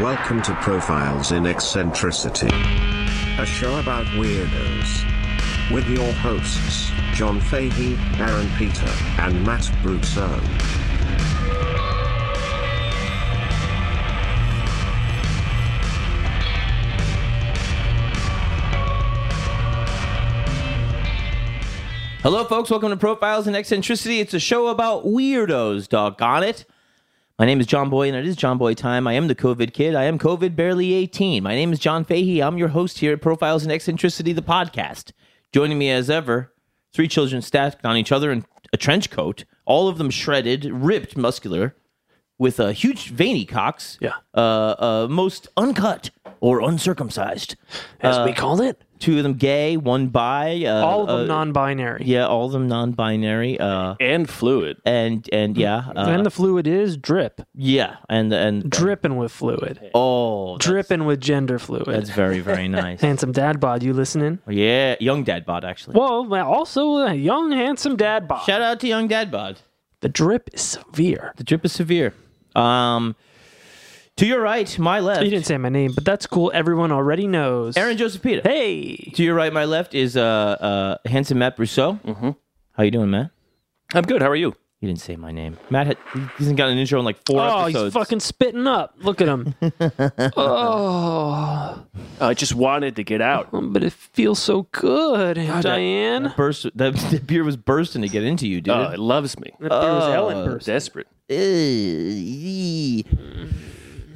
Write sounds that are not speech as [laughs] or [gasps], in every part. Welcome to Profiles in Eccentricity, a show about weirdos. With your hosts, John Fahey, Aaron Peter, and Matt Brousseau. Hello, folks. Welcome to Profiles in Eccentricity. It's a show about weirdos, doggone it. My name is John Boy, and it is John Boy time. I am the COVID kid. I am COVID barely 18. My name is John Fahey. I'm your host here at Profiles in Eccentricity, the podcast. Joining me as ever, three children stacked on each other in a trench coat, all of them shredded, ripped, muscular, with a huge veiny cocks. Yeah. Uh, uh, most uncut or uncircumcised. as we called it. Two of them gay, one bi. Uh, All of uh, them non-binary. yeah, all of them non-binary. Uh, and fluid. and and yeah, uh, and the fluid is drip, yeah, and and dripping with fluid, oh, that's, dripping with gender fluid. that's very [laughs] very nice. Oh, handsome dad bod, you listening? yeah, young dad bod actually. Well, also a young handsome dad bod. Shout out to young dad bod. the drip is severe. The drip is severe. Um, to your right, my left, You didn't say my name, but that's cool. Everyone already knows. Aaron Joseph Peter. Hey, To your right, my left is uh, uh handsome Matt Brousseau. Mm-hmm. How you doing, Matt? I'm good. How are you? You didn't say my name. Matt had, he hasn't got an intro in like four oh, episodes. he's fucking spitting up. Look at [laughs] him. oh, I just wanted to get out. [laughs] but it feels so good, That- Diane. that burst. [laughs] That, that beer was bursting to get into you, dude. Oh, it loves me. That beer Oh, was hell in I'm person. desperate.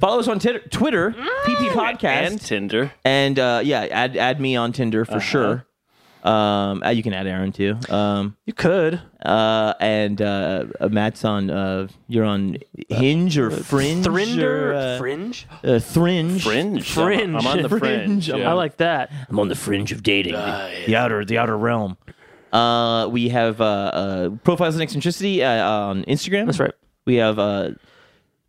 Follow us on Titter- Twitter, PP And Podcast, Tinder. and uh, yeah, add add me on Tinder for sure. Um, uh, you can add Aaron too. Um, You could. uh, and uh, uh, Matt's on. Uh, you're on Hinge or Fringe or Thrinder. uh, Fringe. uh, Fringe. Fringe. [laughs] Fringe. I'm on the fringe. Fringe. yeah. I like that. I'm on the fringe of dating, the outer the outer realm. Uh, we have uh, uh, profiles and eccentricity uh, on Instagram. That's right. We have uh,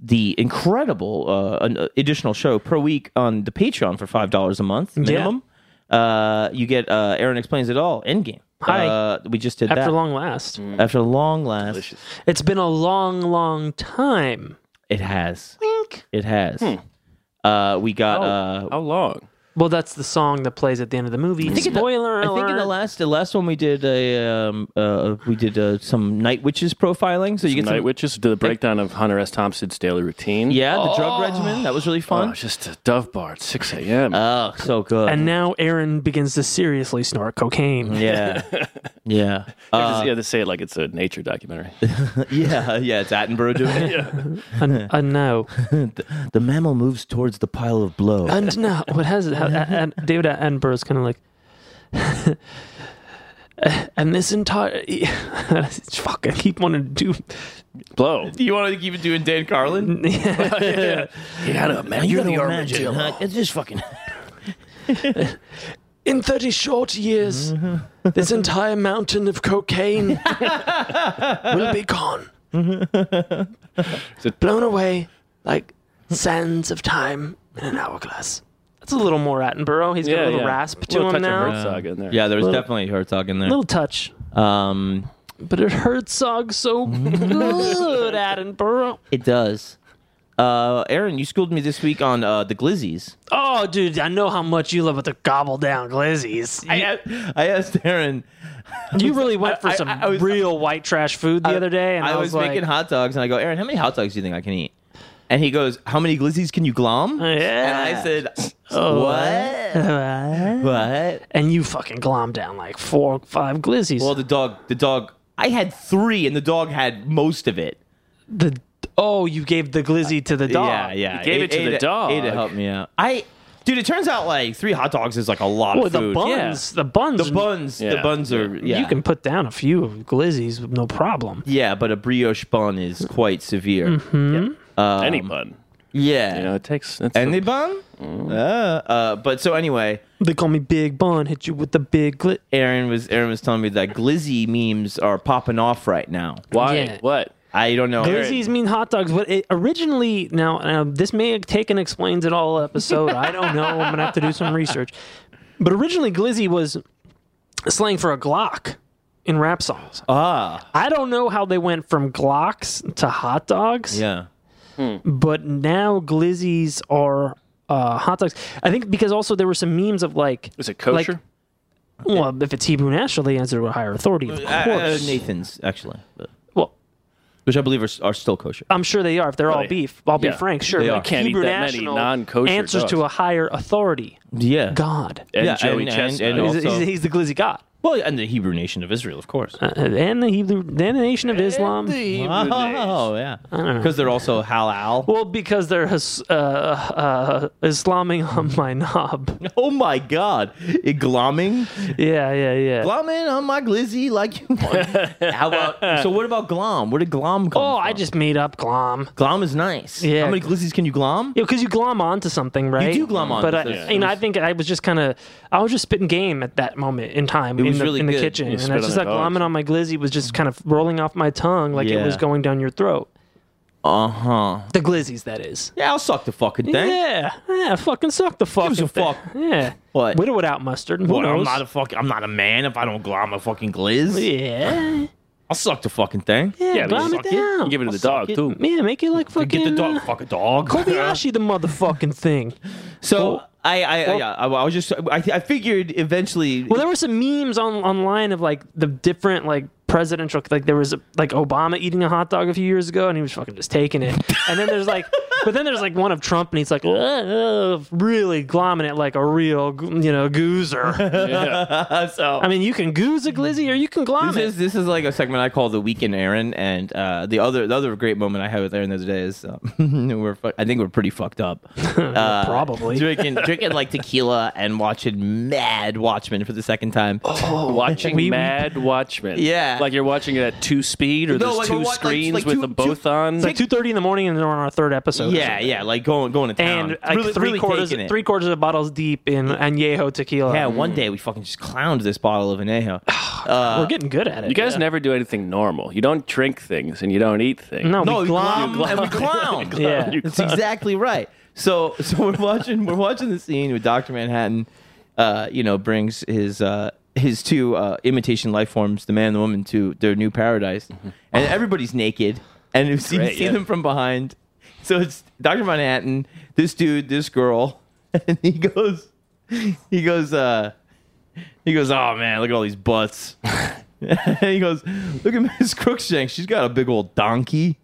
the incredible uh, an additional show per week on the Patreon for five dollars a month minimum. Uh, you get uh, Aaron explains it all. Endgame. Hi. Uh, we just did After that long last. after long last. It's been a long, long time. It has. It has. Uh, we got. uh, Oh. How long? Well, that's the song that plays at the end of the movie. think in the- Spoiler I think in the alert. last the last one we did a um, uh, we did uh, some night witches profiling. So you get Night some, Witches did the breakdown of Hunter S. Thompson's daily routine. yeah, the drug regimen that was really Oh, fun. just a dove bar at 6 a.m. Oh, so good. And now Aaron begins to seriously snort [laughs] cocaine. yeah, [laughs] yeah, You uh, just- yeah, they say it like it's a nature documentary. yeah, yeah. It's Attenborough doing it. And, uh, no. [laughs] The mammal moves towards the pile of blow. And no. What has it? And, and David Attenborough's kind of like. [laughs] and this entire. [laughs] Fuck, I keep wanting to do. [laughs] [laughs] Blow. you want to keep doing Dan Carlin? [laughs] You gotta imagine. You're the imagine. Huh? It's just fucking. In 30 [laughs] short years, this entire mountain of cocaine will be gone. blown away like sands of time in an hourglass. That's a little more Attenborough. He's got Yeah, a little yeah. rasp to Little him touch of now. Herzog. Herzog in there. [laughs] Yeah, there was Little- definitely Herzog in there. Little touch. um, But it Herzog [laughs] so good, Attenborough. it does. Uh, Aaron, you schooled me this week on uh, the glizzies. Oh, dude, I know how much you love with the gobble down glizzies. You, I, I asked Aaron. you really went for I- I- some I was- real white trash food the other day, and I, I, was, was, like, making hot dogs, and I go, Aaron, how many hot dogs do you think I can eat? And he goes, How many glizzies can you glom? And I "Yeah." said, [laughs] Oh, [laughs] What? What? and you fucking glom down like four, five glizzies. Well, the dog, the dog. I had three, and the dog had most of it. the oh, you gave the glizzy to the dog. Yeah, yeah. You gave it to the dog. Ada helped me out. I, dude. It turns out like three hot dogs is like a lot Well, of the food. buns, the buns, The buns, the Yeah. buns are yeah. You can put down a few of glizzies with no problem. yeah, but a brioche bun is quite severe. [laughs] Any bun. Yeah, You know, Mm. it takes. That's and the bun. Uh, uh, but so anyway, They call me Big Bun. Hit you with the big glit. Aaron was Aaron was telling me that glizzy memes are popping off right now. why? Yeah. What? I don't know. Glizzies mean hot dogs. What it originally now, now this may take an explains it all episode. I don't know. I'm gonna have to do some research. But originally, glizzy was slang for a Glock in rap songs. Ah, I don't know how they went from Glocks to hot dogs. yeah. But now glizzies are uh, hot dogs. I think because also there were some memes of like, Is it kosher? Like- well, if it's Hebrew national, they answer to a higher authority, of course. Uh, uh, Nathan's actually, but- well, which I believe are, are still kosher. I'm sure they are. If they're all Right. beef, I'll be Yeah. frank. Sure, They but are. like Can't eat Hebrew that many national non-kosher answers to dogs. a higher authority. Yeah, God, and yeah, Joey and- and- Chestnut. Oh. and he's, also- he's- he's the glizzy God, well, and the Hebrew nation of Israel, of course. uh, and the Hebrew, and the nation of Islam. Oh yeah, because they're also halal. [laughs] well, because they're his, uh, uh, [laughs] Islamming on my knob. [laughs] Oh my God, glomming, Yeah, yeah, yeah. glomming on my glizzy like you [laughs] want. How about so? What about glom? Where did glom come? Oh, from? I just made up glom. glom is nice. Yeah. How many glizzies can you glom? Yeah, because you glom onto something, right? do glom onto But I, something. you know, I think I was just kind of, I was just spitting game at that moment in time in was the, really in the good. kitchen, You and spit I on just their like dogs. glomming on my glizzy was just kind of rolling off my tongue like Yeah. it was going down your throat. Uh huh. The glizzies, that is. Yeah, I'll suck the fucking thing. Yeah, yeah, fucking suck the fucking Gives a thing. fuck. Yeah, What? with or without mustard? Who What, knows? I'm not a fuck. I'm not a man if I don't glom a fucking glizz. yeah, I'll suck the fucking thing. yeah, yeah, glom but it you suck down. Give it to the suck dog it. [laughs] too. Man, make it like fucking Get the dog. uh, Fuck a dog. Kobayashi [laughs] the motherfucking thing. So I, I, yeah, I, I was just, I, I figured eventually. Well, there were some memes on online of like the different like presidential like there was like Obama eating a hot dog a few years ago and he was fucking just taking it. And then there's like [laughs] but then there's like one of Trump and he's like "Ugh," really glomming it like a real you know goozer. [laughs] so I mean, you can goose a glizzy or you can glom this it. is this is like a segment I call the weekend Aaron, and uh, the other the other great moment I had with Aaron the other day is um, [laughs] we're fuck I think we're pretty fucked [laughs] up, Uh, Probably. drinking drinking like tequila and watching Mad Watchmen for the second time. Watching We- Mad Watchmen. Oh. Yeah. Like you're watching it at two speed or No, there's like, two what- like- screens like with two- them both two- on. It's like two thirty in the morning, and they're on our third episode. or yeah, something. yeah, like going going to town and like Really- three really quarters, taking it. three quarters of bottles deep in añejo tequila. Yeah, one day we fucking just clowned this bottle of añejo. uh, we're getting good at it. you guys never do anything normal. You don't drink things and you don't eat things. [laughs] no, No, we we glom. glom, [laughs] and we clown. Yeah. You- That's exactly right. So so we're watching we're watching the scene with Doctor Manhattan. Uh, you know, brings his uh, his two uh, imitation life forms, the man and the woman, to their new paradise, and everybody's naked, and you see, Great, see yeah. them from behind. So it's Doctor Manhattan, this dude, this girl, [laughs] and he goes, he goes, uh, he goes, oh man, look at all these [laughs] butts. and he goes, look at Miss Crookshanks, she's got a big old donkey.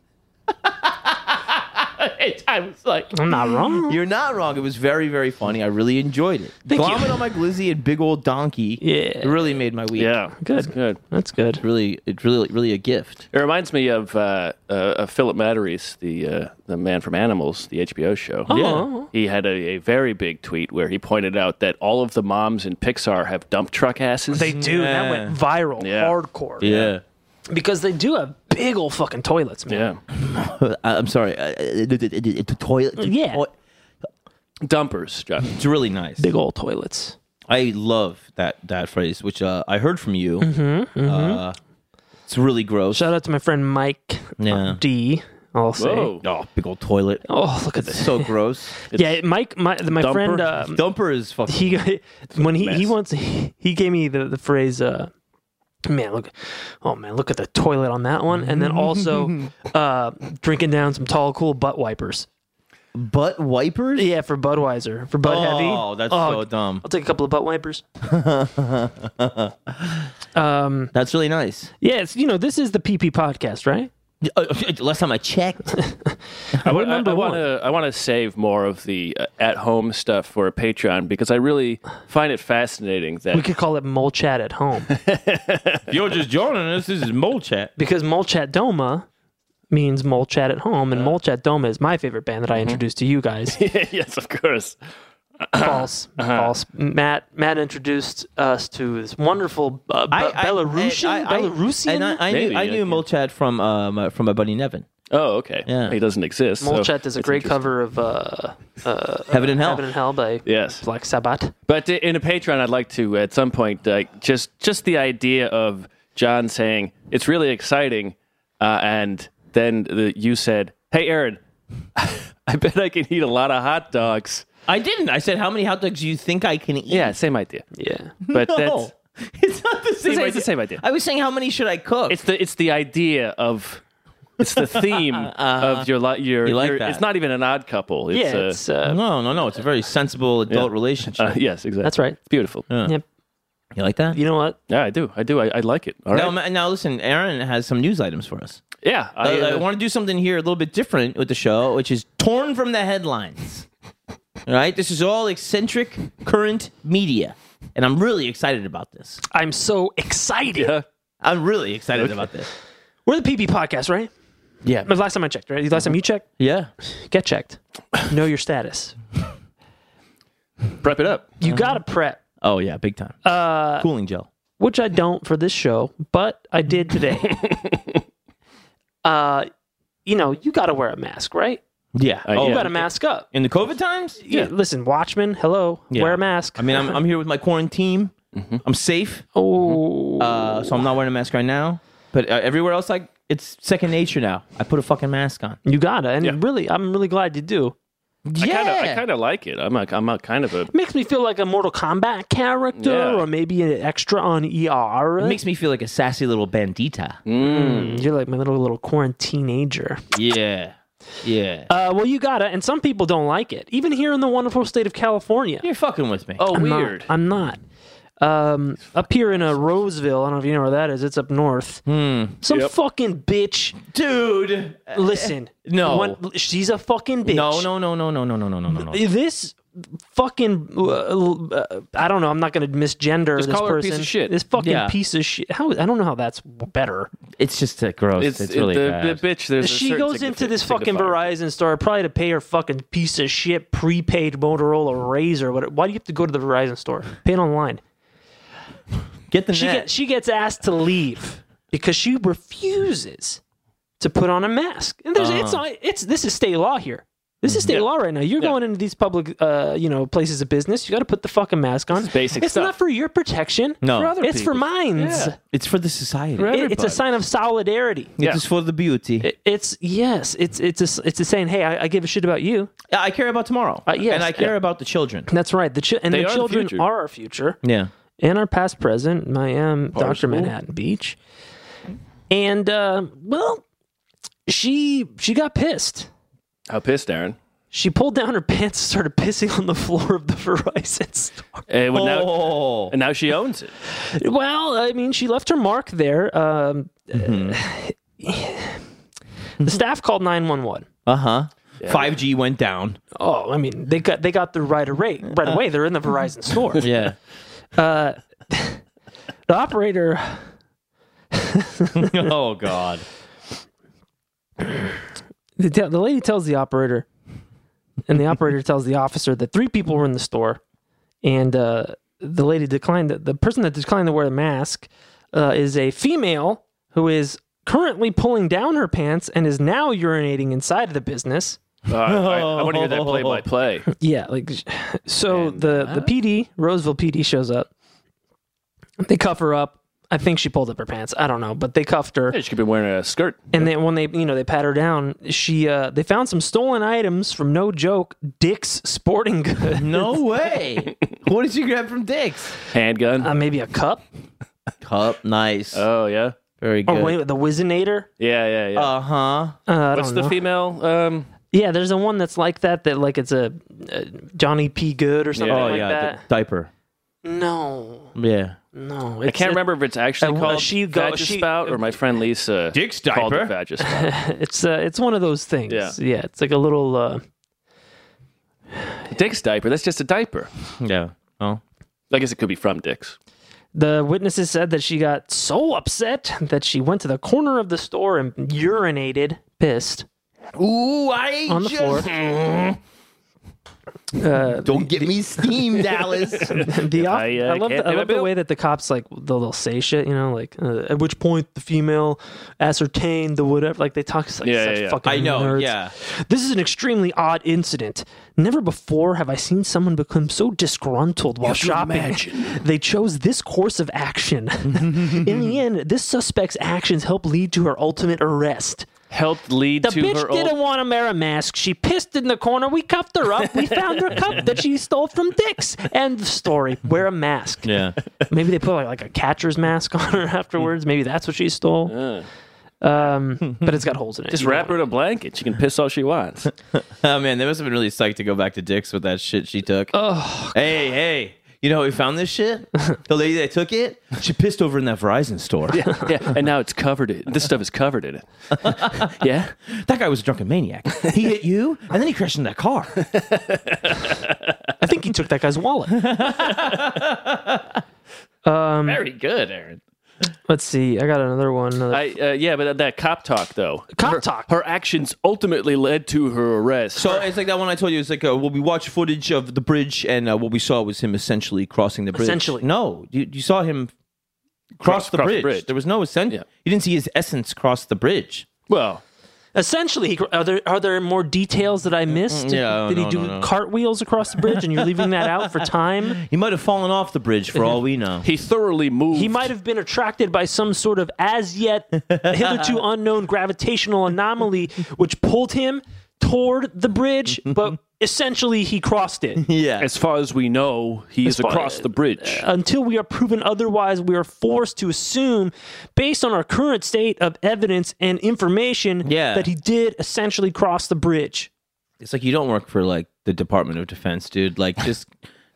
And I was like, I'm not wrong. you're not wrong. It was very, very funny. I really enjoyed it. Thank you. Glomming on my glizzy and big old donkey. Yeah. It really made my week. Yeah. Good. That's good. That's good. Really, it's really, really a gift. It reminds me of uh, uh, of Philip Matteries, the uh, the man from Animals, the HBO show. Oh. Yeah. He had a, a very big tweet where he pointed out that all of the moms in Pixar have dump truck asses. They do. That Yeah. went viral, Yeah. hardcore. Because they do have big old fucking toilets, man. yeah. [laughs] I, am sorry. Uh, uh, the- the- the- the toilet. the Yeah. toi- Dumpers, [laughs] John. It's really nice. Big old toilets. I love that that phrase, which uh, I heard from you. Mm-hmm, Uh, it's really gross. Shout out to my friend Mike Yeah. uh, D. I'll say. Whoa. oh, big old toilet. Oh, look at It's this. so [laughs] gross. yeah, Mike, my, my dumper. friend, um, Dumper is fucking. he [laughs] when he, he Mess. once he gave me the, the phrase uh man look oh man look at the toilet on that one and [laughs] then also uh drinking down some tall cool butt wipers butt wipers. yeah for budweiser for butt heavy Oh, that's so dumb. i'll take a couple of butt wipers [laughs] um That's really nice. yeah it's you know this is the pp podcast right Uh, last time I checked. I want, number I, uh, one. want to I want to save more of the uh, at home stuff for a Patreon because I really find it fascinating that we could call it mole chat at home You're just joining us. This is Mole Chat. because mole chat doma means mole chat at home Uh. and mole chat doma is my favorite band that Mm-hmm. i introduced to you [laughs] guys [laughs] yes, of course. Uh-huh. false, false. Matt, Matt introduced us to this wonderful uh, Be- Belarusian, I- I- Belarusian And I, I Maybe, knew, I yeah, knew yeah. Molchat from um, uh, from my buddy Nevin. Oh, okay. Yeah. He doesn't exist. so Molchat does a it's great interesting. cover of uh, uh, Heaven and Hell. Heaven and Hell by Yes. Black Sabbath. But i- in a Patreon, I'd like to at some point uh, just just the idea of John saying it's really exciting, uh, and then the, you said, "Hey, Aaron, [laughs] I bet I can eat a lot of hot dogs." I didn't. I said, how many hot dogs do you think I can eat? Yeah, same idea. Yeah, But no, that's [laughs] it's not the same. the idea. same idea. I was saying, how many should I cook? it's the it's the idea of It's the theme of your li- your. You like your- that. It's not even an odd couple. It's, Yeah, uh, it's, uh, No, no, no. It's a very sensible adult relationship. uh, yes, exactly. that's right. It's beautiful. Yeah. Yep. You like that? You know what? I do. I do. I, I like it. All right. Now, ma- now, listen, Aaron has some news items for us. yeah. I, I, I uh, want to do something here a little bit different with the show, which is torn from the headlines. all right, this is all eccentric current media, and I'm really excited about this. I'm so excited. yeah. I'm really excited about this. We're the PP podcast, right? Yeah, Mm-hmm. The last time I checked, right? The last time you checked, yeah. get checked. Know your status. Prep it up. Mm-hmm. You got to prep, Oh yeah, big time. Uh, Cooling gel. which I don't for this show, but I did [laughs] today. uh, you know, you got to wear a mask, right? Yeah. oh, You yeah. got to mask up. in the COVID times. Yeah. Listen, Watchmen, hello, wear a mask. I mean, I'm, I'm here with my quarantine. I'm safe, [laughs] oh, uh, so I'm not wearing a mask right now. But uh, everywhere else, like it's second nature now. I put a fucking mask on. you got to. And really, I'm really glad you do. Yeah. Kinda, I kind of like it. I'm a, I'm a kind of a. Makes me feel like a Mortal Kombat character Yeah. or maybe an extra on ER. It makes me feel like a sassy little bandita. You're like my little little quarantine ager. Yeah. Yeah. Uh, well, you gotta, and some people don't like it, even here in the wonderful state of California. You're fucking with me. Oh, I'm not- weird. I'm not. Um, up here in a Roseville, I don't know if you know where that is. It's up north. Some Yep. fucking bitch. dude. Listen, no. she's a fucking bitch. No, no, no, no, no, no, no, no, no, no. This fucking, uh, uh, I don't know. I'm not gonna misgender Just this call her a person. piece of shit. This fucking Yeah. piece of shit. How I don't know how that's better. It's just uh, gross. It's, it- really the, bad. the bitch. There's a she certain goes into signifi- this fucking signifier. Verizon store probably to pay her fucking piece of shit prepaid Motorola Razor. What? Why do you have to go to the Verizon store? Pay it online. Get the She net. gets she gets asked to leave because she refuses to put on a mask. And there's it's not, it's this is state law here. This is state law right now. You're going into these public, uh, you know, places of business. You got to put the fucking mask on. is basic it's not stuff. for your protection. No. For other it's for mine's. Yeah. it's for the society. Right. It- it's a Everybody. sign of solidarity. Yeah. It's for the beauty. It- It's yes. It's it's a, s- it's a saying. Hey, I, I give a shit about you. I care about tomorrow. Uh, yes. And I care about the children. That's right. The chi- and They the are the children future. are our future Yeah. and our past, present. and I am Doctor school. Manhattan Beach, and uh, well, she she got pissed. How pissed, Aaron? She pulled down her [laughs] pants and started pissing on the floor of the Verizon store. And, Eh, well, now, Oh. and now she owns it. Well, I mean, she left her mark there. Um, [sighs] Mm-hmm. the staff called nine one one. Uh huh. 5G went down. Oh, I mean, they got they got the right away. Uh, Right away, they're in the Verizon [laughs] store. Yeah. The operator [laughs] oh God. the, te- the lady tells the operator, and the operator tells the officer that three people were in the store, and uh, the lady declined. The, the person that declined to wear the mask uh, is a female who is currently pulling down her pants and is now urinating inside of the business. Uh, I, I want to hear that play by play. Yeah, like so the the PD Roseville PD shows up. They cuff her up. I think she pulled up her pants. I don't know, but they cuffed her. She could be wearing a skirt. And then when they, you know, they pat her down, she, uh, they found some stolen items from no joke Dick's Sporting [laughs] Goods. No way. what did you grab from Dick's? Handgun. Uh, maybe a cup Cup. Nice. oh, yeah. Very or good. wait, the Wizinator. Yeah, yeah, yeah. uh huh. Uh, I What's don't the know. female? Um, yeah, there's a one that's like that. That like it's a, uh Johnny P. Good or something Yeah. Oh like yeah. that. the diaper. no, Yeah. no, I can't remember if it's actually Uh, called she go- she- Vagispout or my friend Lisa Dick's called it diaper. Vagispout. It's uh, it's one of those things. Yeah. yeah, it's like a little. Uh, [laughs] Dick's diaper. That's just a diaper. Yeah. Oh. I guess it could be from Dick's. the witnesses said that she got so upset that she went to the corner of the store and urinated, pissed Ooh, I on the floor. [laughs] Don't get me [laughs] steamed, Dallas. [laughs] The op- I, I, uh, love, can't the, I do it, love the Bill. way that the cops like they'll, they'll say shit, you know, like uh, at which point the female ascertained the whatever. Like they talk like Yeah, such yeah, yeah. fucking. I know. nerds. Yeah. This is an extremely odd incident. Never before have I seen someone become so disgruntled while shopping. [laughs] They chose this course of action. [laughs] In the end, this suspect's actions helped lead to her ultimate arrest. Helped lead The to bitch her didn't old. want to wear a mask. She pissed in the corner. We cuffed her up. We found her cup that she stole from Dick's. End of story. Wear a mask. Yeah. Maybe they put like, like a catcher's mask on her afterwards. Maybe that's what she stole. um, but it's got holes in it. Just You know wrap her in a blanket. She can piss all [laughs] she wants. Oh man, they must have been really psyched to go back to Dick's with that shit she took. Oh, hey, hey, you know how we found this [laughs] shit? the lady that took it, she pissed over in that Verizon store. yeah, and now it's covered. It. This stuff is covered [laughs] in it. yeah, That guy was a drunken maniac. He hit you, and then he crashed into that car. I think he took that guy's wallet. Um, very good, Aaron. Let's see. I got another one. Another I uh, yeah, but that cop talk though. Cop her, talk. Her actions ultimately led to her arrest. So it's like that one I told you. It's like uh, well, we watched footage of the bridge, and uh, what we saw was him essentially crossing the bridge. Essentially. no, you, you saw him cross, Cross- the, cross the bridge. bridge. There was no essence. Yeah. You didn't see his essence cross the bridge. well, Essentially, he- are there are there more details that I missed? oh, Yeah, Did no, he do no, no. cartwheels across the bridge, and you're leaving that out for time? He might have fallen off the bridge [laughs] for all we know. he thoroughly moved. He might have been attracted by some sort of as yet [laughs] hitherto unknown gravitational anomaly, which pulled him toward the bridge, but essentially he crossed [laughs] it. Yeah, As far as we know, he is far- across the bridge. Until we are proven otherwise, we are forced to assume, based on our current state of evidence and information, Yeah. that he did essentially cross the bridge. it's like you don't work for like the Department of Defense, dude. [laughs] Like just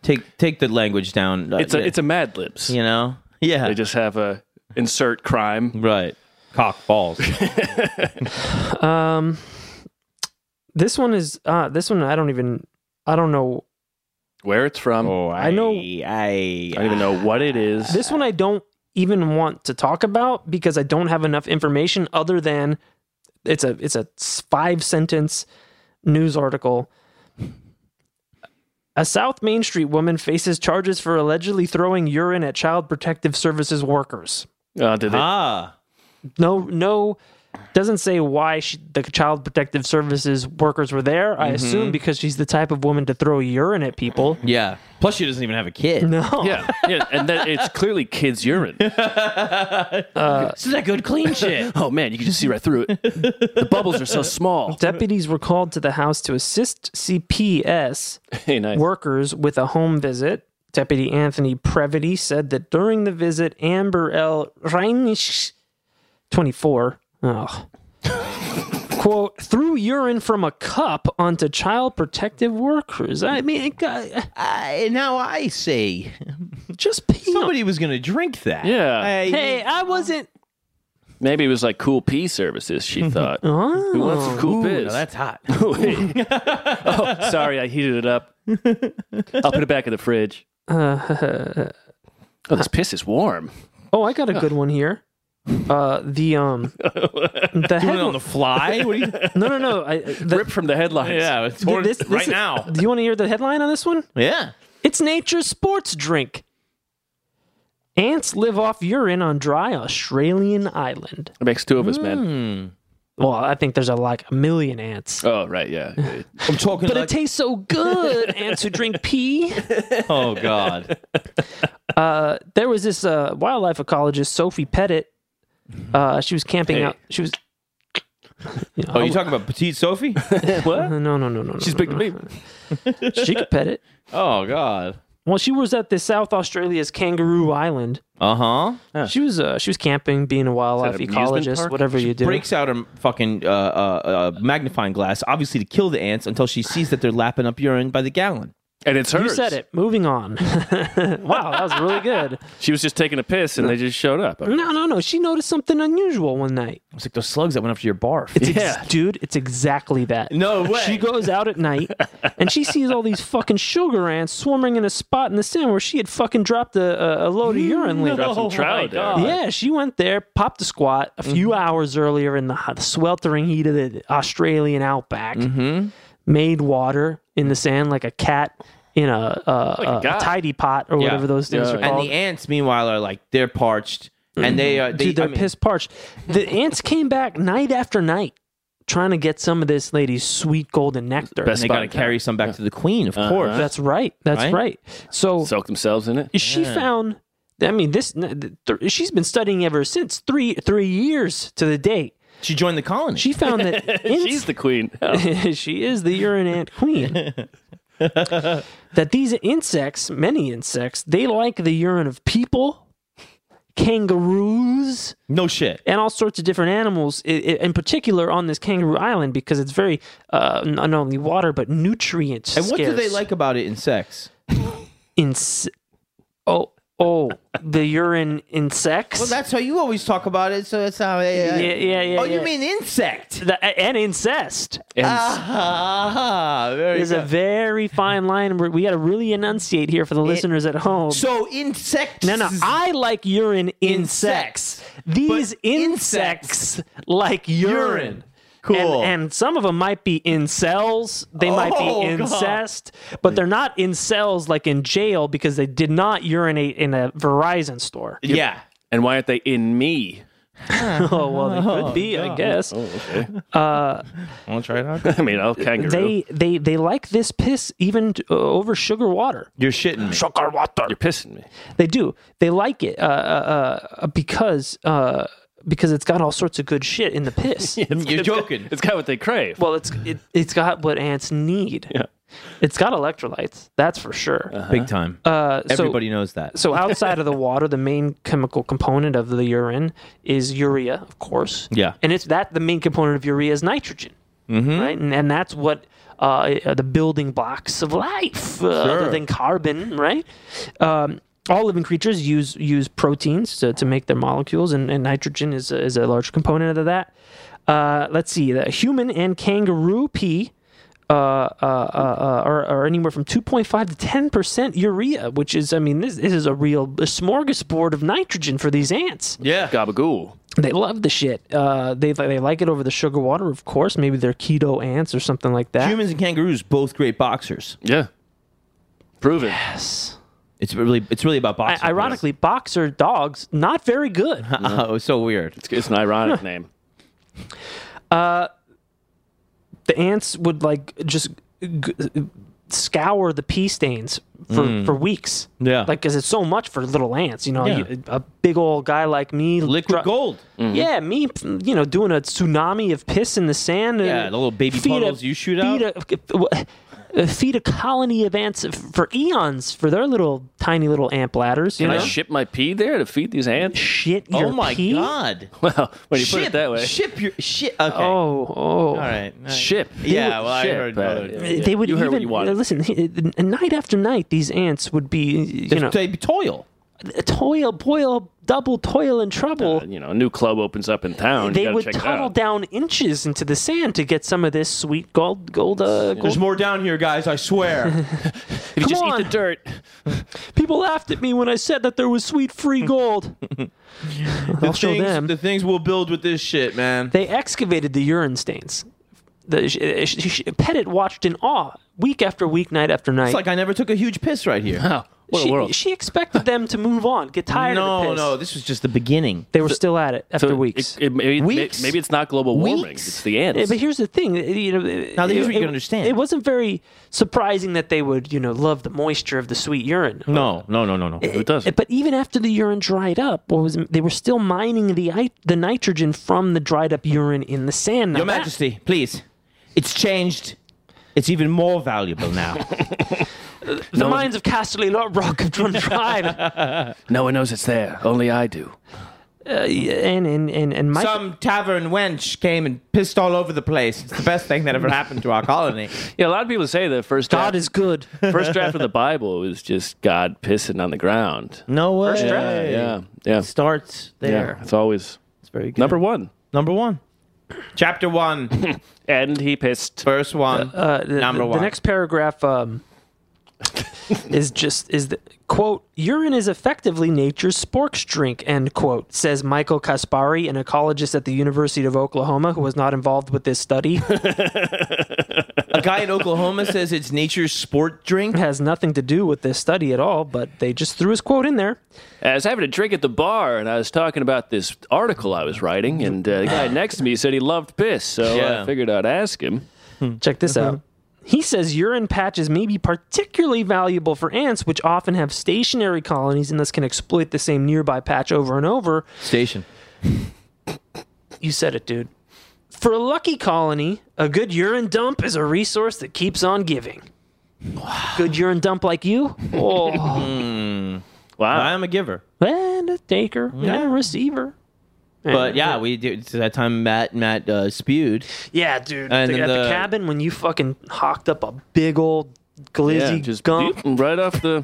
take take the language down. uh, It's a it's a Mad Libs. you know yeah They just have a insert crime. right cock [laughs] balls. This one is uh this one I don't even I don't know. Where it's from, Oh. I know- I, Oh, I don't even know what it is. This one I don't even want to talk about because I don't have enough information other than it's a it's a five sentence news article. A South Main Street woman faces charges for allegedly throwing urine at child protective services workers. Uh, did they- ah. No no doesn't say why she, the child protective services workers were there. Mm-hmm. I assume because she's the type of woman to throw urine at people. Yeah. Plus, she doesn't even have a kid. No. yeah, yeah, and then it's clearly kids' urine. This is that good clean shit. Oh man, you can just see right through it. The bubbles are so [laughs] small. Deputies were called to the house to assist CPS Hey, nice. workers with a home visit. Deputy Anthony Previty said that during the visit, Amber L. Reinisch, 24, oh, [laughs] quote, threw urine from a cup onto child protective workers. I mean, it got- I, now I see. just pee. on- Somebody was going to drink that. Yeah. I- Hey, I wasn't. Maybe it was like cool pee services. She thought. Oh. Who wants some cool ooh, piss? now that's hot. [laughs] Wait. [laughs] oh, sorry, I heated it up. I'll put it back in the fridge. oh, this piss is warm. [laughs] Oh, I got a good one here. Uh, [laughs] the um, the head, Doing it on the [laughs] fly? What are you? no, no, no. I, the, Rip from the headlines. yeah. It's torn this- right this- now. Do you want to hear the headline on this one? [laughs] Yeah. It's nature's sports drink. Ants live off urine on dry Australian island. It makes two of us, man. Well, I think there's a, like a million ants. Oh, right, yeah. I'm talking But like. it tastes so [laughs] good, ants who drink pee. oh, [laughs] God. There was this uh, wildlife ecologist, Sophie Pettit. Uh, she was camping Mm-hmm. Hey. out. She was. Oh, you talking about Petite [laughs] Sophie? what? uh, No, no, no, no, no. She's no, big to no. me. [laughs] She could pet it. Oh, God. Well, she was at the South Australia's Kangaroo Island. Uh huh. She was uh, she was camping, being a wildlife an amusement ecologist, park? whatever you do. Breaks out her fucking uh, uh, uh, magnifying glass, obviously to kill the ants until she sees that they're lapping up urine by the gallon. And it's hers. You said it. Moving on. [laughs] wow, that was really good. She was just taking a piss and they just showed up. No, no, no. She noticed something unusual one night. It's like those slugs that went after your barf. Yeah. Dude, it's exactly that. No way. She goes out at night and she sees all these fucking sugar ants swarming in a spot in the sand where she had fucking dropped a, a, a load of urine later. Dropped some trout there. Yeah, she went there, popped a squat a few hours earlier in the, hot- sweltering heat of the Australian outback, made water in the sand like a cat in a, uh, a, a god. tidy pot or whatever those things Yeah. are And called. the ants, meanwhile, are like they're parched and they are they, Dude, they're I mean, pissed parched. The [laughs] ants came back night after night trying to get some of this lady's sweet golden nectar. and Best- they got to [laughs] carry some back to the queen, of course. That's right. That's Right? right. So, Soaked themselves in it. she found. I mean, this. Th- she's been studying ever since three three years to the date. She joined the colony. She found that [laughs] She's the queen. [laughs] she is the urine ant [laughs] queen. that these insects, many insects, they like the urine of people, kangaroos No shit. and all sorts of different animals, i- i- in particular on this kangaroo island, because it's very uh, not only water but nutrients. And what do they like about it in sex? Ins- oh, oh, the urine insects. Well, that's how you always talk about it. So that's how. yeah, yeah, yeah. oh, you yeah. mean insect? The- and incest? And Ah, very There's a very fine line. where We got to really enunciate here for the listeners at home. so insects. No, no. I like urine insects. These insects, like urine. urine. Cool. And, and some of them might be incels. They might Oh, be God. incest, but they're not incels like in jail because they did not urinate in a Verizon store. yeah. and why aren't they in me? [laughs] [laughs] Oh well, they could be, I guess. Want to try it out? I mean, I'll kangaroo. They they they like this piss even uh, over sugar water. You're shitting me. Sugar water. You're pissing me. They do. They like it uh, uh, uh, because uh, because it's got all sorts of good shit in the piss. [laughs] You're joking. It's got what they crave. Well, it's it, it's got what ants need. Yeah. It's got electrolytes. That's for sure. Big time. Uh, so- Everybody knows that. So outside of the water, the main chemical component of the urine is urea, of course. Yeah. And it's that the main component of urea is nitrogen, mm-hmm. right? And, and that's what uh, are the building blocks of life, uh, Sure. other than carbon, right? Um, all living creatures use use proteins to, to make their molecules, and, and nitrogen is a, is a large component of that. Uh, let's see, the human and kangaroo pee uh, uh, uh, are, are anywhere from 2.5 to 10 percent urea, which is, I mean, this, this is a real smorgasbord of nitrogen for these ants. yeah. Gabagool. They love the shit. Uh, they they like it over the sugar water, of course. Maybe they're keto ants or something like that. Humans and kangaroos both great boxers. Yeah. Proven. Yes. It's really it's really about boxing. I- ironically, boxer dogs not very good. [laughs] oh, it's so weird. It's, it's an ironic name. the ants would like just g- scour the pee stains for, for weeks. Mm. Yeah. like because it's so much for little ants. You know, Yeah. you- a big old guy like me, Liquid dro- gold. Yeah, me, you know, doing a tsunami of piss in the sand. Yeah, uh, the little baby feed puddles you shoot feed A, uh, feed a colony of ants f- for eons for their little tiny little ant bladders. You Can I know, ship my pee there to feed these ants? shit your Oh my pee? god. [laughs] Well, when you put Ship it that way. ship your shit. Okay. Oh, oh, All right. all right. Ship. Yeah, well, I Ship, heard uh, other- yeah. They would you even heard what you wanted. listen. he- uh, Night after night, these ants would be, you know, They toil. toil, boil, double toil and trouble. Uh, you know, a new club opens up in town. you they gotta would check it tunnel out. down inches into the sand to get some of this sweet gold, gold, uh, gold There's more down here, guys. I swear. [laughs] If you just on. eat the dirt, People laughed at me when I said that there was sweet free [laughs] gold. I'll show things, them. The things we'll build with this shit, man. they excavated the urine stains. The, sh- sh- sh- Pettit watched in awe week after week, night after night. It's like I never took a huge piss right [laughs] here. oh, what she, a world. she expected them to move on, get tired of the no, piss. no, this was just the beginning. They were still at it after So weeks. It, it, maybe, Weeks? maybe it's not global warming. Weeks? It's the ants. Yeah, but here's the thing. it- You know, it- Now, here's it- what you it- can understand. It wasn't very surprising that they would, you know, love the moisture of the sweet urine. No, no, no, no, no. Who doesn't? But even after the urine dried up, what was they were still mining the i- the nitrogen from the dried up urine in the sand. Now Your that- Majesty, please. It's changed. It's even more valuable [laughs] now. the mines of Casterly Lo- Rock have done [laughs] dried, uh, no one knows it's there. Only I do. and and and and my Some tavern wench came and pissed all over the place. It's the best thing that ever happened to our colony. Yeah, a lot of people say the first God draft, [laughs] is [laughs] good. first draft of the Bible was just God pissing on the ground. No way. Yeah, yeah, yeah. Starts Mm-hmm. there. yeah. It's always It's very good. number one. Number one. Chapter one, And he pissed. verse one. Uh, the, Number the, one. The next [laughs] paragraph um, is just is the quote urine is effectively nature's sporks drink end quote says Michael Kaspari, an ecologist at the University of Oklahoma, who was not involved with this [laughs] study, a guy in Oklahoma says it's nature's sport drink. has nothing to do with this study at all. But they just threw his quote in there. I was having a drink at the bar, and I was talking about this article I was writing, and uh, the guy next to me said he loved piss, so Yeah. I figured I'd ask him. Check this Uh-huh. out. He says urine patches may be particularly valuable for ants, which often have stationary colonies and thus can exploit the same nearby patch over and over. Station. You said it, dude. For a lucky colony, a good urine dump is a resource [laughs] that keeps on giving. Good urine dump like you? Oh. Wow. I'm a giver. And a taker and a receiver. But yeah, we did. So that time Matt Matt uh, spewed. Yeah, dude. And at the, the- cabin when you fucking hawked up a big old glizzy yeah, just gump. boop, right off the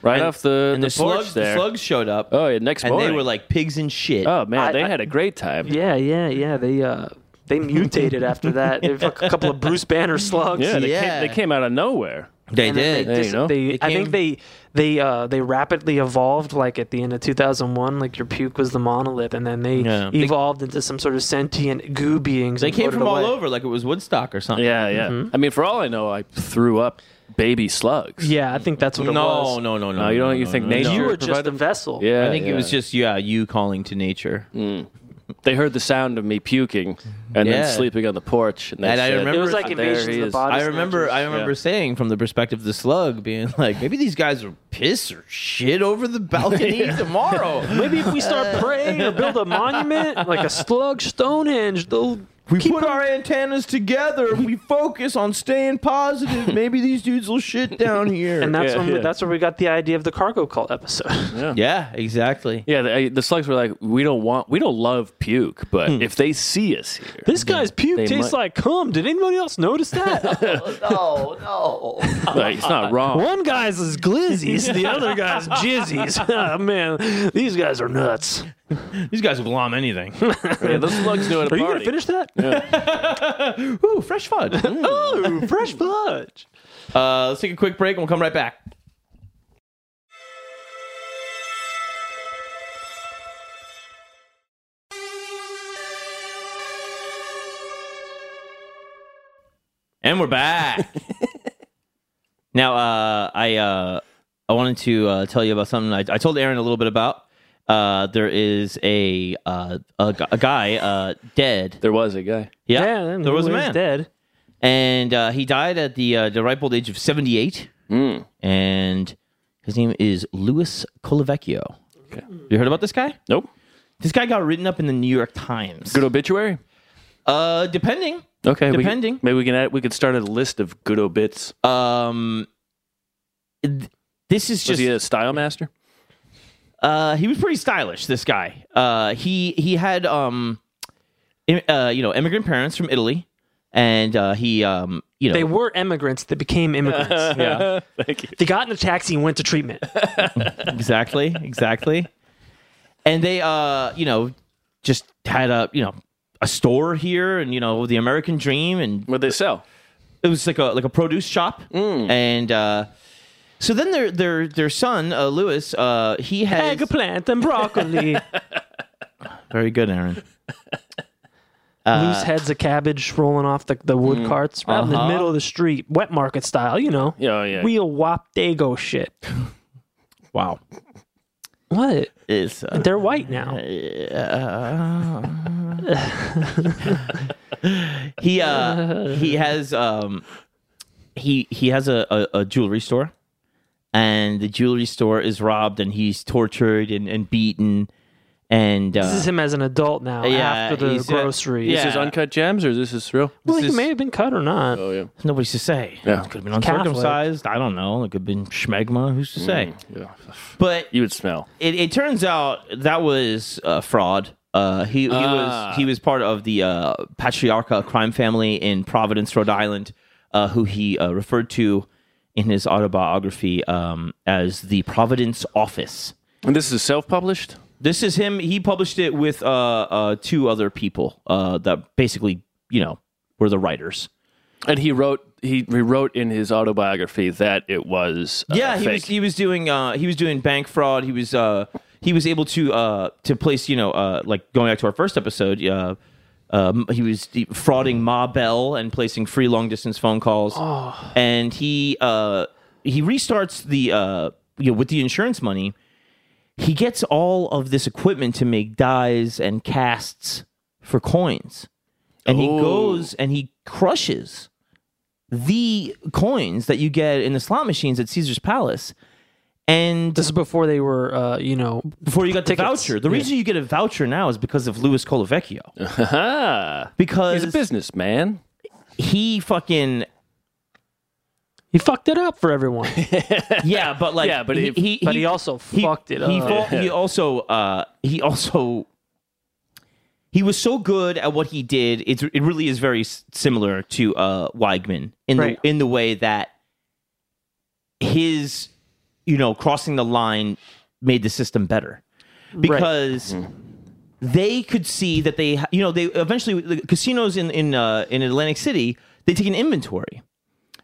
right off the and the, the, porch slugs, there. the slugs showed up, oh yeah, next and morning. they were like pigs and shit. oh man, I- they I- had a great time. Yeah, yeah, yeah. They uh they mutated after that. They fuck a couple of Bruce Banner slugs. Yeah, they, Yeah. Came, they came out of nowhere. they And then did. They, There you dis- go. they- They I think came- they they uh, they rapidly evolved. Like at the end of 2001, like your puke was the monolith, and then they Yeah. They- evolved into some sort of sentient goo beings. They and came floated from all away. over, like it was Woodstock or something. Yeah, yeah. I mean, for all I know, I threw up baby slugs. Yeah, I think that's what No, it was. no, no, no. No, you don't. You think nature? you were just provided- a vessel. Yeah, I think yeah. Mm. it was just yeah, you calling to nature. They heard the sound of me puking and Yeah. then sleeping on the porch. And, they And I said, remember- It was like There invasion he of the is. body. I remember. I snatchers. remember yeah. saying from the perspective of the slug, being like, maybe these guys will piss or shit over the [laughs] balcony tomorrow. Maybe if we [laughs] start praying or build a monument like a slug Stonehenge, they'll We put our antennas together. We focus on staying positive. Maybe these dudes will shit down here. and that's Yeah, when we- yeah. that's where we got the idea of the cargo cult episode. [laughs] yeah, exactly. Yeah, the, the slugs were like, we don't want, we don't love puke, but if they see us here, This guy's puke They tastes might- like cum. Did anybody else notice that? like, [laughs] it's not wrong. One guy's is glizzies, the other guy's jizzies. [laughs] Oh, man, these guys are nuts. These guys will blom anything. Yeah, the slugs know how to Are you party. gonna finish that? Ooh, fresh [laughs] fudge. Mm. Oh, fresh fudge. Uh, let's take a quick break and we'll come right back. And we're [laughs] back. now, uh, I uh, I wanted to uh, tell you about something I, I told Aaron a little bit about. Uh, there is a uh, a, gu- a guy uh, dead. There was a guy. Yeah, and there was a he man dead. and uh, he died at the uh, the ripe old age of 78 Mm. and his name is louis colavecchio you heard about this guy Nope. this guy got written up in the new york times Good obituary. uh depending Okay, we could- Depending. maybe we can add, we could start a list of good obits. um th- this is was just he a style master? uh, he was pretty stylish. This guy. Uh, he he had um, im- uh, you know, immigrant parents from Italy, and uh, he um, you know, They were immigrants. They became immigrants. yeah, Thank you. They got in a taxi and went to treatment. exactly, exactly. And they, uh, you know, just had a, you know, a store here, and you know, the American dream, and What they sell? it was like a like a produce shop, and uh, so then their their their son uh, Lewis, uh, he has Eggplant and broccoli. very good, Aaron. Loose heads of cabbage rolling off the, the wood carts right in the middle of the street, wet market style, you know. Yeah, oh, yeah. Wheel wop dago shit. Wow, What? is uh, They're white now. [laughs] he uh he has um he he has a, a, a jewelry store and the jewelry store is robbed and he's tortured and, and beaten and uh, This is him as an adult now Yeah, after the he's, uh, grocery. yeah. Is this uncut gems or is this is real? Well, he is- may have been cut or not. Oh yeah. nobody's to say Yeah. it could have been Catholic. uncircumcised i don't know it could have been schmegma who's to say yeah. but You would smell. it, it turns out that was uh, fraud. Uh, he he Ah. was he was part of the uh, patriarcha crime family in Providence, Rhode Island, uh, who he uh, referred to in his autobiography um, as the Providence Office. And this is self-published. This is him. He published it with uh, uh, two other people uh, that basically you know were the writers. And he wrote he rewrote in his autobiography that it was uh, yeah, he fake. was he was doing uh, he was doing bank fraud. He was uh, he was able to uh, to place you know uh, like going back to our first episode. Uh, um, he was de- frauding Ma Bell and placing free long distance phone calls. Oh. And he uh, he restarts the uh, you know with the insurance money. He gets all of this equipment to make dies and casts for coins, and he Oh. goes and he crushes the coins that you get in the slot machines at Caesar's Palace. And This is before they were, uh, you know, before you got the tickets. voucher, the reason you get a voucher now is because of Louis Colavecchio. [laughs] Ah, Because he's a businessman. he fucking He fucked it up for [laughs] everyone. Yeah, but like, Yeah, but he- but he also fucked it He, up. fought- he also, uh, he also, he was so good at what he did. It's it really is very s- similar to uh, Weigman in Right. the in the way that his, you know, crossing the line made the system better because. They could see that they, you know, they eventually the casinos in in uh, in Atlantic City they take an inventory,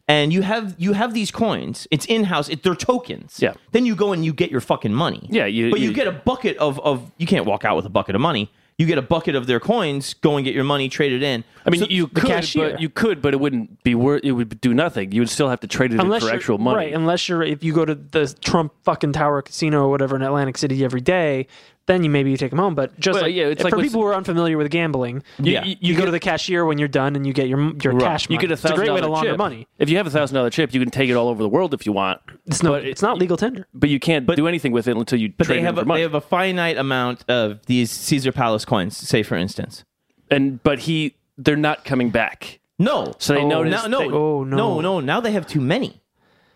and you have you have these coins. It's in house. It, they're tokens. Yeah. Then you go and you get your fucking money. Yeah, you- but you, you- get a bucket of of you can't walk out with a bucket of money. You get a bucket of their coins. Go and get your money traded in. I mean, So- you the could, cashier. but you could, but it wouldn't be worth. It would do nothing. You would still have to trade it in for you're- actual money. Right, unless you're if you go to the Trump fucking Tower Casino or whatever in Atlantic City every day, then you maybe you take them home. But just Well, like, yeah, it's for like what's- people who are unfamiliar with gambling, you, Yeah. you, you go get, to the cashier when you're done and you get your your cash. you money. get a it's a thousand. great way to launder chip. money. If you have a thousand dollar chip, you can take it all over the world if you want, It's no, it's not legal tender. but you can't do anything with it until you but trade they have it a, in for money. they have a finite amount of these Caesar Palace coins. Say for instance, and but he, they're not coming back. no. So they no, noticed no, they- Oh, no. no, no. Now they have too many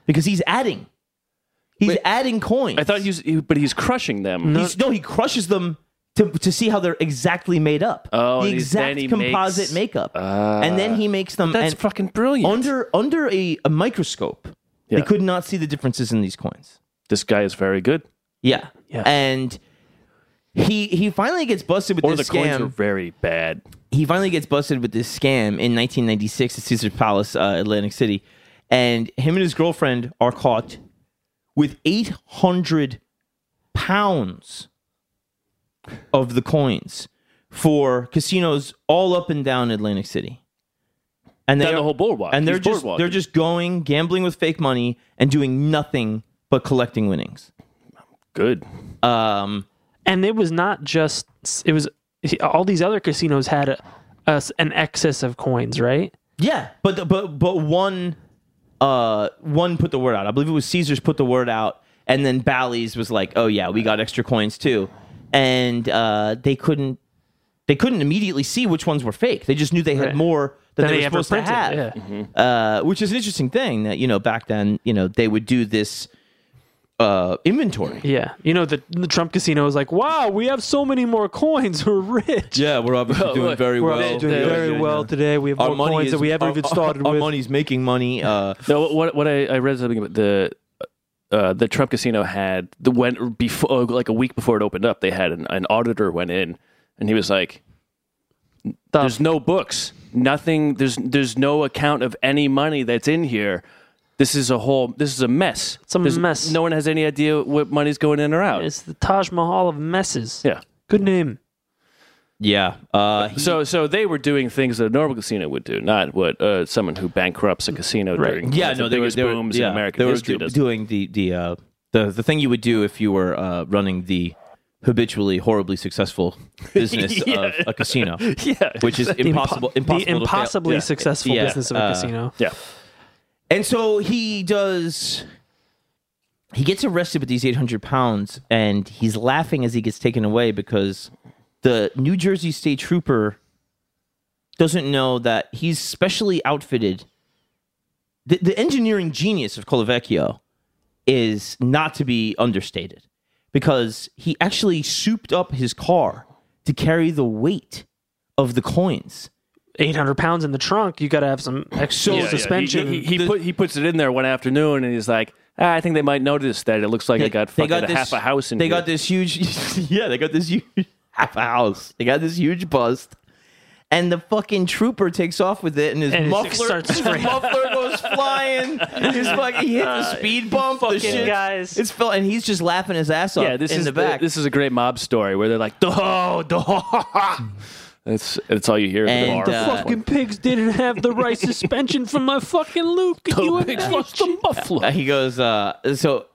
because he's adding. He's adding coins. I thought he was, he, but he's crushing them. He's, no, he crushes them to, to see how they're exactly made up. Oh, the and he's- exact then he composite makes- makeup, and then he makes them. That's and fucking brilliant. under under a, a microscope, Yeah. they could not see the differences in these coins. this guy is very good. Yeah, Yeah. and he he finally gets busted with Or the this coins are scam. very bad. He finally gets busted with this scam in 1996 at Caesar Palace, uh, Atlantic City, and him and his girlfriend are caught with 800 pounds of the coins for casinos all up and down Atlantic City. And they Down the are- whole boardwalk. And they're He's just boardwalking. they're just going gambling with fake money and doing nothing but collecting winnings. Good. Um, and it was not just it was all these other casinos had a, us an excess of coins, right? yeah, but the, but but one uh one put the word out. I believe it was Caesars put the word out and then Bally's was like, "Oh yeah, we got extra coins too." And uh they couldn't they couldn't immediately see which ones were fake. They just knew they had Right. more than That they, they were ever supposed to printed, have. yeah. uh, which is an interesting thing that you know back then you know they would do this uh, inventory. Yeah, you know the, the Trump casino was like, wow, we have so many more coins, [laughs] we're rich. Yeah, we're obviously doing very We're doing very well today. We have more coins that we haven't even started our with. money's making money. Uh, No, what what I, I read something about the uh, the Trump casino had the went before like a week before it opened up. They had an, an auditor went in and he was like, The "There's no books, nothing. There's there's no account of any money that's in here. This is a whole. This is a mess. a There's- mess. No one has any idea what money's going in or out. It's the Taj Mahal of messes. yeah." Good name. yeah, uh, he- So, so they were doing things that a normal casino would do, not what uh, someone who bankrupts a casino during yeah, one of no, the they were, biggest they were booms yeah, in American they were history. do- [laughs] does. doing the the uh, the the thing you would do if you were uh, running the habitually horribly [laughs] successful business of a casino, yeah, which is impossible, The impossible, to fail. impossibly Yeah. successful Yeah, business of a uh, casino. yeah. And so he does. He gets arrested with these 800 pounds, and he's laughing as he gets taken away because the New Jersey State Trooper doesn't know that he's specially outfitted. The, the engineering genius of Colavecchio is not to be understated because he actually souped up his car to carry the weight of the coins. Eight hundred pounds in the trunk. You got to have some extra Yeah, yeah, he- suspension. He, he, he, put, he puts it in there one afternoon, and he's like, ah, "I think they might notice that it looks like I got fucking half a house in They here. got this huge, [laughs] yeah, they got this huge half a house. They got this huge bust, and the fucking trooper takes off with it, and his And it muffler [laughs] starts his spraying. muffler goes flying. [laughs] His fucking he hits a Uh, speed bump. the shit, guys. it's fell, and he's just laughing his ass off. Yeah, this in is the back. this is oh, a great mob story where they're like, [laughs] "Duh, duh." That's that's all you hear. at And, uh, the bar. at this fucking point. pigs didn't have the right suspension for my fucking Luke. Can you pigs imagine? lost the Uh, muffler. he goes. Uh, so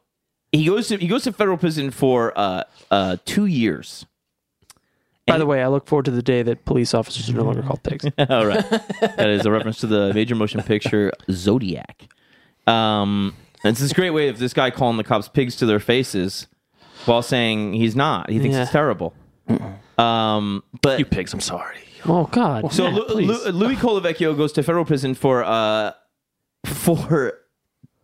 he goes to he goes to federal prison for uh, uh, two years. By the way, I look forward to the day that police officers are no longer called pigs. All Oh, right. that is a reference to the major motion picture Zodiac. Um, and it's this great way of this guy calling the cops pigs to their faces while saying he's not. He thinks Yeah. it's terrible. Um, but You pigs, I'm sorry. Oh God! so Matt, Lu- please. Lu- Louis Colavecchio goes to federal prison for uh for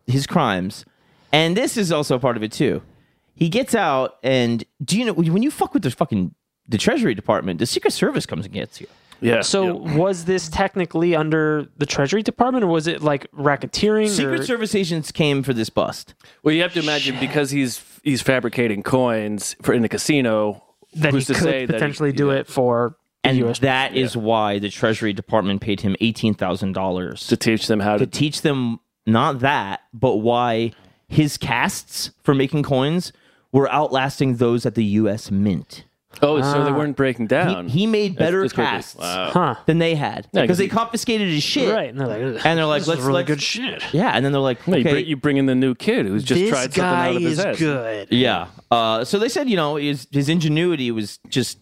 his crimes, and this is also part of it too. He gets out, and do you know when you fuck with the fucking the Treasury Department, the Secret Service comes and gets you. Yeah. So was this technically under the Treasury Department, or was it like racketeering? Secret or- Service agents came for this bust. Well, you have to imagine because he's he's fabricating coins for in the casino. that he who's could to say that he- potentially do it for the And that US is why the Treasury Department paid him eighteen thousand dollars to teach them how to to? teach them not that, but why his casts for making coins were outlasting those at the U.S. Mint. Oh, so Ah. they weren't breaking down. He made better it's quickly. casts Huh. than they had Yeah, 'cause because they he- confiscated his shit. Right. And they're like, "Ugh, And they're like, this is let's- really let's- good shit. Yeah, and then they're like, No, you, okay, bring, you bring in the new kid who's just this tried something guy out of his is ass. good. yeah. Uh, so they said, you know, his his ingenuity was just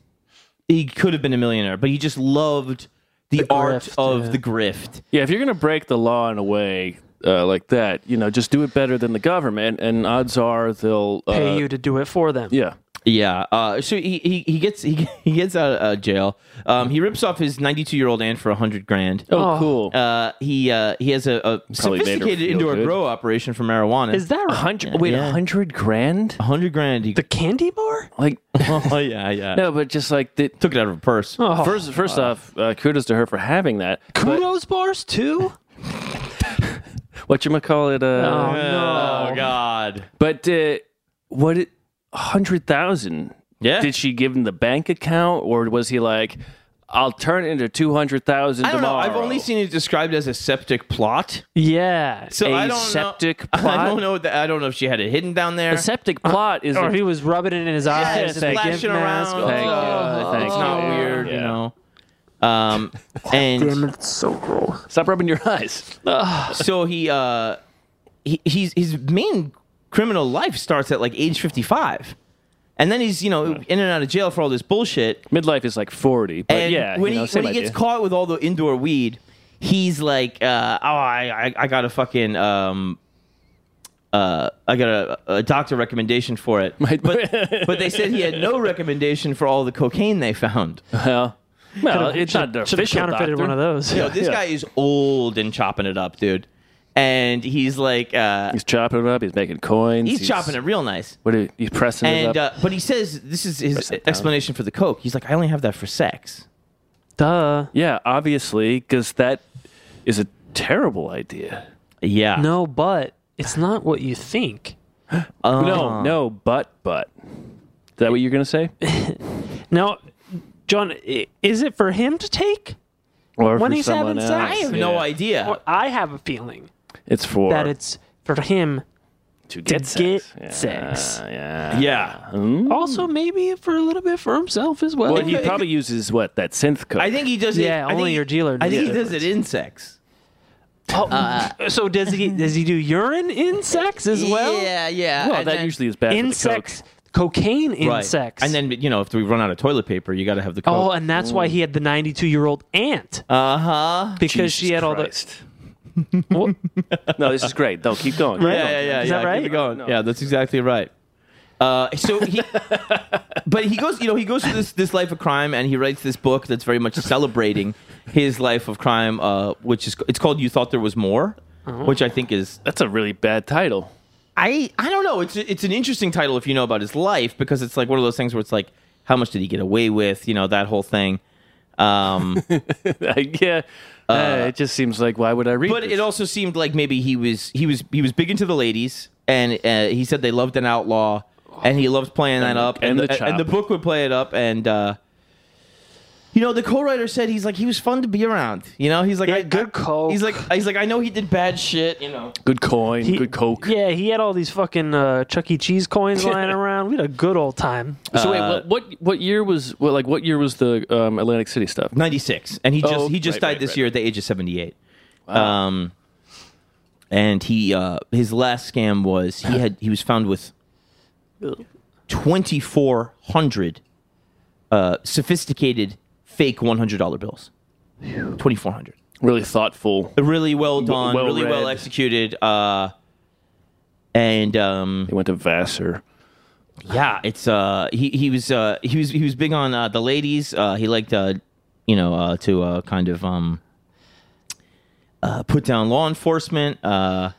he could have been a millionaire, but he just loved the, art grift, of yeah. the grift. Yeah, if you're gonna break the law in a way uh, like that, you know, just do it better than the government, and odds are they'll uh, Pay you to do it for them. Yeah. Yeah. Uh, so he, he he gets he, he gets out of uh, jail. Um, he rips off his 92 year old aunt for a hundred grand. Oh, Oh. cool. Uh, he uh, he has a, a Probably made her sophisticated feel indoor good. grow operation for marijuana. Is that right? hundred. Wait, a yeah. hundred grand? hundred grand? He, the candy bar? [laughs] Like, [laughs] oh yeah, yeah. no, but just like the, Took it out of a purse. Oh, first, first off, uh, kudos to her for having that. kudos bars too? What you call it? Uh, Oh, Oh, no. God. But uh, what? It, hundred thousand. Yeah. Did she give him the bank account, or was he like, "I'll turn it into two hundred thousand I tomorrow"? don't know. I've only seen it described as a septic plot. Yeah. So I I don't septic know. [laughs] I don't plot? know. What the, I don't know if she had it hidden down there. a septic [laughs] plot. Is or a- oh, he was rubbing it in his eyes and thank the you. gimp splashing mask. around. Thank you. Oh, Thank it's you. not weird, you Yeah. know. [laughs] Um, and it's Oh, so gross. [laughs] Stop rubbing your eyes. so he, uh, he, he's his main criminal life starts at like age fifty-five, and then he's you know in and out of jail for all this bullshit. Midlife is like forty, but And yeah, when you know, he same when he gets idea. caught with all the indoor weed, he's like, uh, "Oh, I, I I got a fucking um, uh, I got a, a doctor recommendation for it." My- but [laughs] but they said he had no recommendation for all the cocaine they [laughs] found. well, well, Uh, it's not the Should have official counterfeited doctor. one of those. Yo, this Yeah. guy is old and chopping it up, dude. And he's like, uh, He's chopping it up. He's making coins. he's, chopping it real nice. What are you, he's pressing And it uh, up? but he says this is his Press it down. explanation for the coke. He's like, I only have that for sex. Duh. yeah, obviously, because that is a terrible idea. Yeah. No, but it's not what you think. Uh, No, no, but but. Is that what you're gonna say? Now, John, i- is it for him to take? Or When for he's someone having else? sex? I have Yeah. no idea. Or I have a feeling It's for that it's for him to to get sex. get sex. Yeah. yeah. Mm. Also, maybe for a little bit for himself as well. Well, he probably uses what that synth code. I think he does it. Yeah, I think only he- your dealer I knows think he the does it in sex. Oh, so does he? Does he do urine in sex as well? yeah, yeah. Well, and that then- usually is bad. for the coke. Insects, cocaine right. insects, And then you know, if we run out of toilet paper, you got to have the oh, coke. and that's why he had the ninety-two-year-old aunt uh huh. because she Jesus had all Christ. the. [laughs] What? No, this is great. No, keep going. Right? Yeah, yeah, yeah. Is yeah, that keep right? it going. Yeah, that's exactly right. Uh, so [laughs] he, but he goes, you know, he goes through this this life of crime, and he writes this book that's very much celebrating his life of crime, uh, which is it's called "You Thought There Was More," Oh. which I think is That's a really bad title. [laughs] I I don't know. It's it's an interesting title if you know about his life because it's like one of those things where it's like how much did he get away with, you know, that whole thing. Um, Like, yeah, uh, it just seems like why would I read? but this? it also seemed like maybe he was he was he was big into the ladies, and uh, he said they loved an outlaw, and he loved playing that And- up, and the and the chop. book would play it up, and uh, you know the co-writer said he's like he was fun to be around, you know, he's like Yeah, I, good coke. he's like he's like I know he did bad shit, you know, good coin, He- good coke. Yeah, he had all these fucking uh, Chuck E. Cheese coins [laughs] lying around. We had a good old time. So wait, what, what what year was what, like what year was the um, Atlantic City stuff? ninety six, and he just Oh, he just right, died right, this right, year at the age of seventy eight. Um, and he uh, his last scam was he had he was found with twenty four hundred uh, sophisticated fake one hundred dollar bills. Twenty four hundred. Really thoughtful. Really well done. well really well read. executed. Uh, and um, He went to Vassar. yeah, it's uh, he he was uh, he was he was big on uh, the ladies. Uh, he liked uh, you know uh, to uh, kind of um, uh, put down law enforcement. Uh,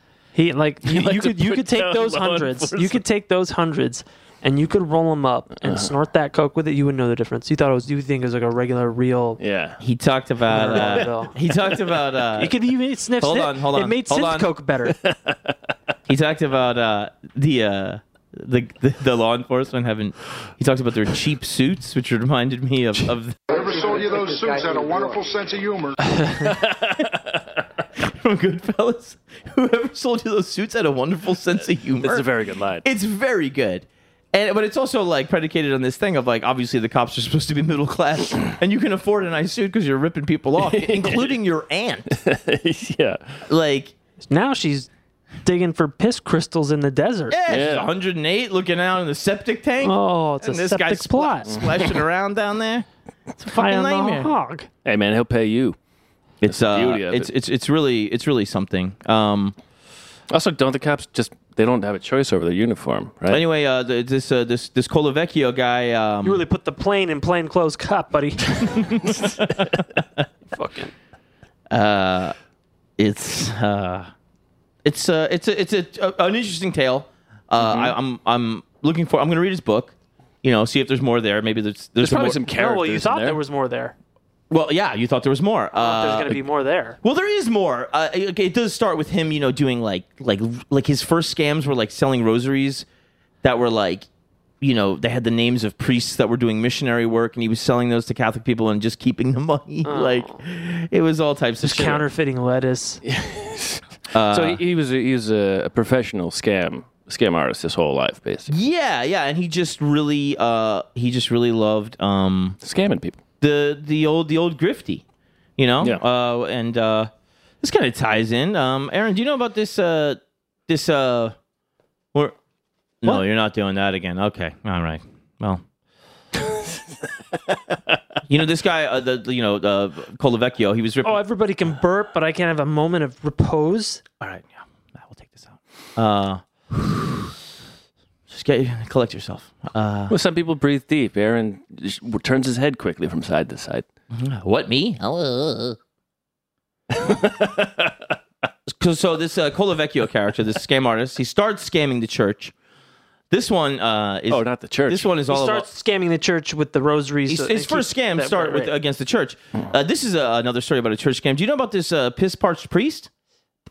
[laughs] He like you, like you to could you put could take down those law hundreds. You enforcement. could take those hundreds and you could roll them up and Uh-huh. snort that coke with it. You would not know the difference. You thought it was you think it was like a regular real. Yeah. He talked about. Uh, Bill. he talked about. Uh, It could even sniff. Hold sniff. on, hold It on, made hold synth on. [laughs] coke better. he talked about uh, the, uh, the the the law enforcement having. He talked about their cheap suits, which reminded me of, [laughs] of Whoever sold you those suits had a wonderful sense of humor. from Goodfellas. [laughs] Whoever sold you those suits had a wonderful sense of humor. It's a very good line. It's very good. And but it's also like predicated on this thing of like obviously the cops are supposed to be [laughs] middle class and you can afford a nice suit because you're ripping people [laughs] off, including your aunt. [laughs] yeah. Like now she's digging for piss crystals in the desert. yeah, she's Yeah. 108 looking out in the septic tank. Oh, it's and a this septic guy's plot. splashing around down [laughs] there. It's a I fucking am nightmare. a hog. Hey man, he'll pay you. It's uh, beauty of it's it. it's it's really it's really something. Um, Also, don't the cops just they don't have a choice over their uniform, right? anyway, uh, the, this uh, this this Colavecchio guy. Um, You really put the plane in plain clothes [laughs] [laughs] cop, buddy. Fucking. Uh, it's uh, it's uh, it's a, it's a, a- an interesting tale. Uh, I, I'm I'm looking for. I'm gonna read his book. You know, see if there's more there. Maybe there's there's, There's probably more. some Oh, characters. well, you thought in there. was more there. Well, yeah, you thought there was more. Uh, There's going to be more there. well, there is more. Uh, okay, it does start with him, you know, doing like like like his first scams were like selling rosaries that were like, you know, they had the names of priests that were doing missionary work, and he was selling those to Catholic people and just keeping the money. [laughs] Like, it was all types of shit. Counterfeiting lettuce. so he, he was a, he was a, a professional scam scam artist his whole life, basically Yeah, yeah, and he just really, uh, he just really loved um, scamming people. the the old the old grifty, you know. Yeah. Uh, and uh, this kind of ties in. Um, Aaron, do you know about this? Uh, this uh, or no, you're not doing that again. Okay, all right. Well, [laughs] you know this guy, uh, the the, you know uh, Colavecchio. He was ripping. Oh, everybody can burp, but I can't have a moment of repose. all right, yeah, I will take this out. Uh, [sighs] just get collect yourself. Uh, Well, some people breathe deep. Aaron sh- turns his head quickly from side to side. what me? so, so this uh, Colavecchio character, this scam artist, he starts scamming the church. This one uh, is Oh, not the church. this one is He all starts about. scamming the church with the rosaries. His, so his they first keep scam that- start right, Oh. with right. against the church. Uh, this is uh, another story about a church scam. Do you know about this uh, piss parched priest?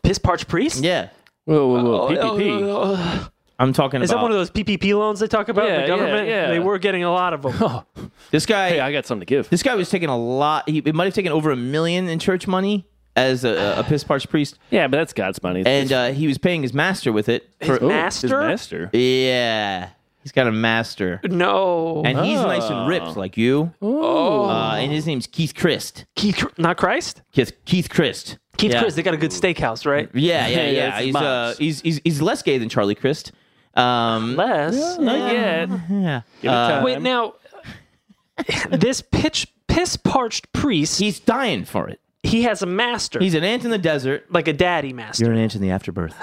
piss parch priest. Yeah, Whoa, whoa, Oh, whoa! uh, PPP. oh, I'm talking Is about that one of those PPP loans they talk about? in the Yeah, yeah, government. yeah. They were getting a lot [laughs] of them. this guy. Hey, I got something to give. this guy was taking a lot. He it might have taken over a million in church money as a, a, a piss parched priest, yeah, but that's God's money. It's- and uh, he was paying his master with it. For, oh, master? His master. yeah, he's got a master. No, Oh. and he's nice and ripped like you. Uh, and his name's Keith Christ. Keith, not Christ. Keith Keith Christ. Keith yeah. Chris. They got a good steakhouse, right? Yeah, yeah, Yeah, yeah. that's he's, Mox. uh, he's he's he's less gay than Charlie Christ. Um, Less. Not yet. yeah. Give it time. Wait, now [laughs] this pitch piss parched priest, He's dying for it. he has a master. He's an ant in the desert. like a daddy master. You're an ant in the afterbirth.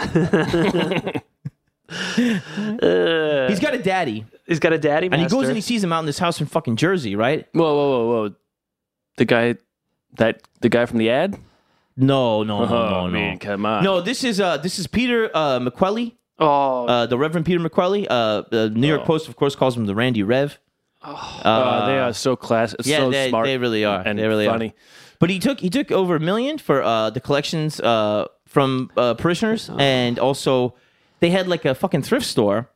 he's got a daddy, He's got a daddy and master. he goes and he sees him out in this house in fucking Jersey, right? Whoa, whoa, whoa, whoa! The guy, that the guy from the ad. No, no, no, Oh, no, no. man, come on. No, this is uh, this is Peter uh, McQuelly. oh, uh, the Reverend Peter McCrelly. Uh, the New York Oh. Post, of course, calls him the Randy Rev. Uh, they are so class. Yeah, so they, smart they really are. and they really funny. Are. But he took he took over a million for uh, the collections uh, from uh, parishioners, and also they had like a fucking thrift store,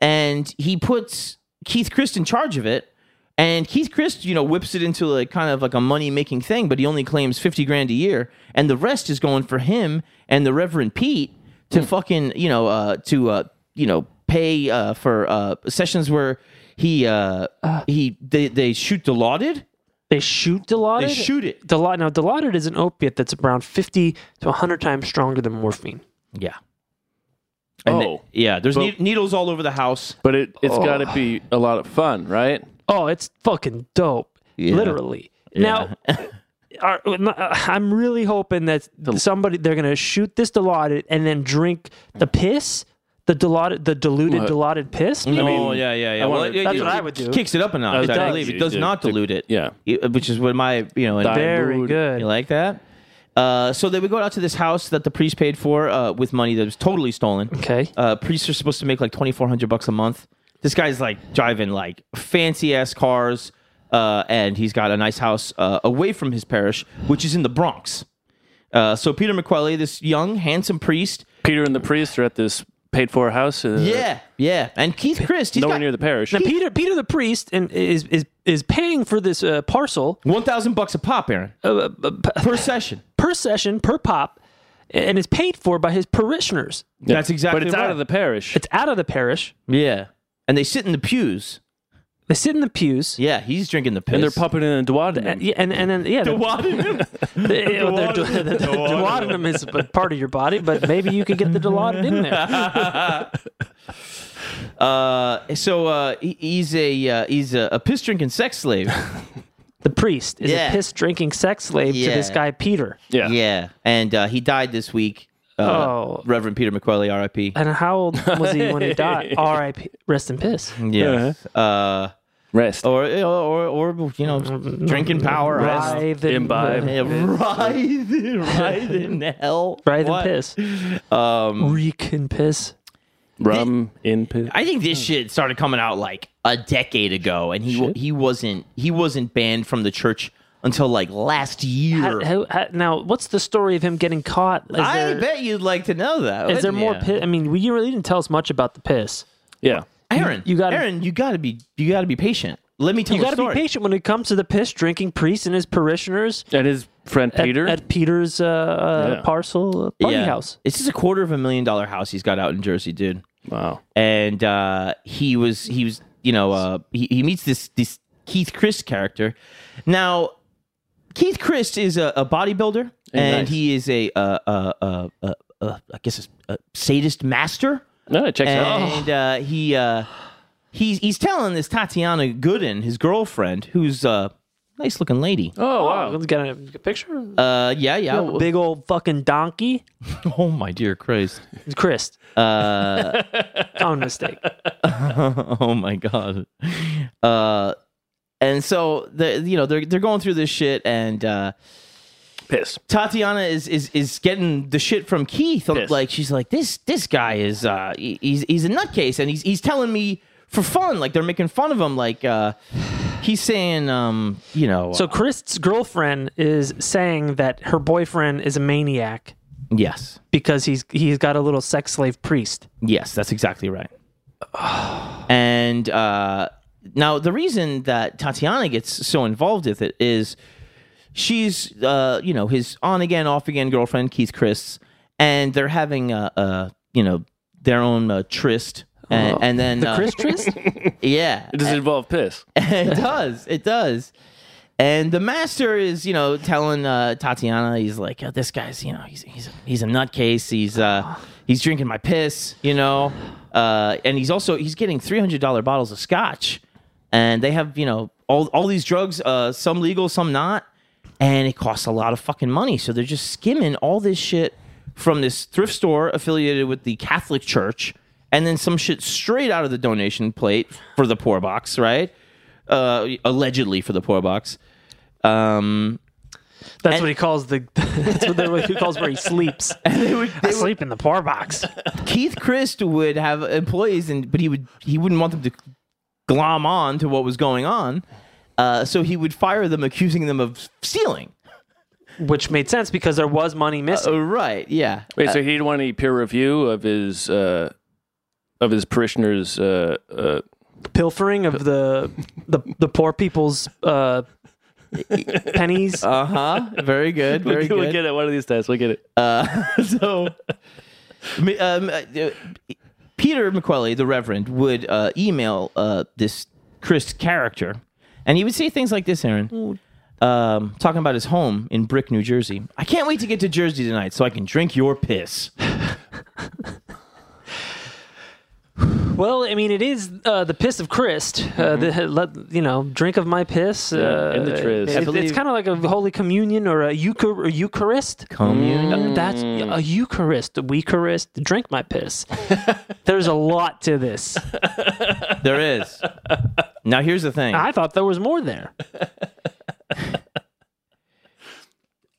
and he puts Keith Christ in charge of it. And Keith Christ, you know, whips it into like kind of like a money making thing, but he only claims fifty grand a year, and the rest is going for him and the Reverend Pete to fucking you know uh, to uh, you know pay uh, for uh, sessions where he uh, he they, they shoot the lauded. they shoot Dilaudid. They shoot it. Dilaudid. Now, Dilaudid is an opiate that's around fifty to hundred times stronger than morphine. Yeah. And Oh. the- yeah. There's But- ne- needles all over the house. But it it's Oh. got to be a lot of fun, right? Oh, it's fucking dope. Literally. [laughs] Now, are- uh, I'm really hoping that somebody they're gonna shoot this Dilaudid and then drink the Mm. piss, the Dilaudid, the diluted What? Dilaudid piss. maybe? oh yeah, yeah, yeah. I Well, wanna- it- that's it- what I it would do. Kicks it up a notch. It I does. believe it does To- not to- dilute it. yeah. It- which is what my you know. and- Dilute. Very good. You like that? Uh, so they would go out to this house that the priest paid for uh, with money that was totally stolen. Okay. Uh, priests are supposed to make like twenty four hundred bucks a month. This guy's like driving like fancy ass cars, uh, and he's got a nice house uh, away from his parish, which is in the Bronx. Uh, so Peter McQuelly, this young, handsome priest, Peter and the priest are at this paid for house. Uh, yeah, yeah, and Keith Christ, he's Nowhere got near the parish. Now Peter Peter the priest and is is is paying for this uh, parcel one thousand bucks a pop, Aaron, uh, uh, p- per session. per session per pop, and is paid for by his parishioners. That's exactly. but it's right. out of the parish. It's out of the parish. yeah, and they sit in the pews. They sit in the pews. Yeah, he's drinking the piss. and they're pumping in a Uh, duodenum. Yeah, and, and then yeah, [laughs] the, the, the, [laughs] the, the, duodenum is a part of your body, but maybe you could get the dilaudid in [laughs] there. Uh, so uh, he- he's a uh, he's a, a piss drinking sex slave. The priest is Yeah. a piss drinking sex slave to this Yeah. guy Peter. [laughs] Yeah. yeah, and uh, he died this week. Uh, Oh. Reverend Peter McQuelly, R.I.P. Uh-huh. And how old was he [laughs] when he died? R.I.P. Rest in piss. Yes. Uh, Rest. or, or or you know, drinking power. [laughs] Rest. Writhe in- Imbibe. Yeah, writhe, writhe in hell. Writhe in What? piss. Reek in piss. Rum in piss. I think Hmm. this shit started coming out like a decade ago, and he wa- he wasn't he wasn't banned from the church until like last year. How- how- how- now, what's the story of him getting caught? Is I there, bet you'd like to know that. is there wouldn't more ya? piss? I mean, we- you really didn't tell us much about the piss. Yeah. Aaron, You gotta- Aaron, you gotta be you gotta be patient. Let me tell You a got to be story. patient when it comes to the piss drinking priest and his parishioners And his friend at- Peter. at, Peter's uh, uh, Yeah. parcel uh, party house. This is a quarter of a million dollar house he's got out in Jersey, dude. wow. And uh, he was he was you know uh, he, he meets this this Keith Christ character. Now Keith Christ is a, a bodybuilder and nice. he is a uh, uh, uh, uh, uh, I guess a, a sadist master. No, it checks out. and uh, he uh, he's he's telling this Tatiana Gooden, his girlfriend, who's a nice looking lady. Oh, Oh, wow. let's get a, get a picture. Uh, yeah, yeah. A big old fucking donkey. [laughs] Oh my dear Christ! It's Chris. [laughs] Uh, Own mistake. [laughs] Oh my God! Uh, and so the you know they're they're going through this shit, and uh, Piss. Tatiana is is is getting the shit from Keith. Pissed. Like she's like this this guy is uh he- he's he's a nutcase, and he's he's telling me for fun, like they're making fun of him, like uh. He's saying, um, you know, So Chris's girlfriend is saying that her boyfriend is a maniac yes, because he's he's got a little sex slave priest. Yes, that's exactly right. and uh, now the reason that Tatiana gets so involved with it is she's uh, you know his on again off again girlfriend Keith Chris, and they're having a, a you know their own uh, tryst. And, and then uh, Chris Trist? [laughs] yeah, Does it involve piss? [laughs] it does. It does. And the master is, you know, telling uh, Tatiana, he's like, "Oh, "This guy's, you know, he's he's a, he's a nutcase. He's uh, he's drinking my piss, you know, uh, and he's also he's getting three hundred dollar bottles of scotch, and they have, you know, all all these drugs, uh, some legal, some not, and it costs a lot of fucking money. So they're just skimming all this shit from this thrift store affiliated with the Catholic Church, and then some shit straight out of the donation plate for the poor box, right? uh, allegedly for the poor box. Um, That's what he calls the. [laughs] That's what, the, what he calls where he sleeps. I sleep in the poor [laughs] box. Keith Christ would have employees, and but he would he wouldn't want them to glom on to what was going on, uh, so he would fire them, accusing them of stealing. which made sense because there was money missing. Uh, right? Yeah. Wait, so he didn't want any peer review of his uh, of his parishioners' uh, uh, Pilfering of the the, the poor people's [laughs] uh, pennies. Uh huh. Very [laughs] good. Very we'll good. get it one of these days. We'll get it. [laughs] so mi- um, uh, Peter McQuelly, the Reverend, would uh, email uh, this Chris character, and he would say things like this, Aaron. Um, talking about his home in Brick, New Jersey. I can't wait to get to Jersey tonight so I can drink your piss. well, I mean, it is uh, the piss of Christ. Uh, Mm-hmm. the, let, you know, drink of my piss. Uh, in the tris. it- I it's believe- kind of like a holy communion or a, euchar- or Eucharist. Communion. [laughs] Uh, That's a Eucharist, a Eucharist. Drink [laughs] my piss. There's a lot to this. There is. Now here's the thing. I thought there was more there.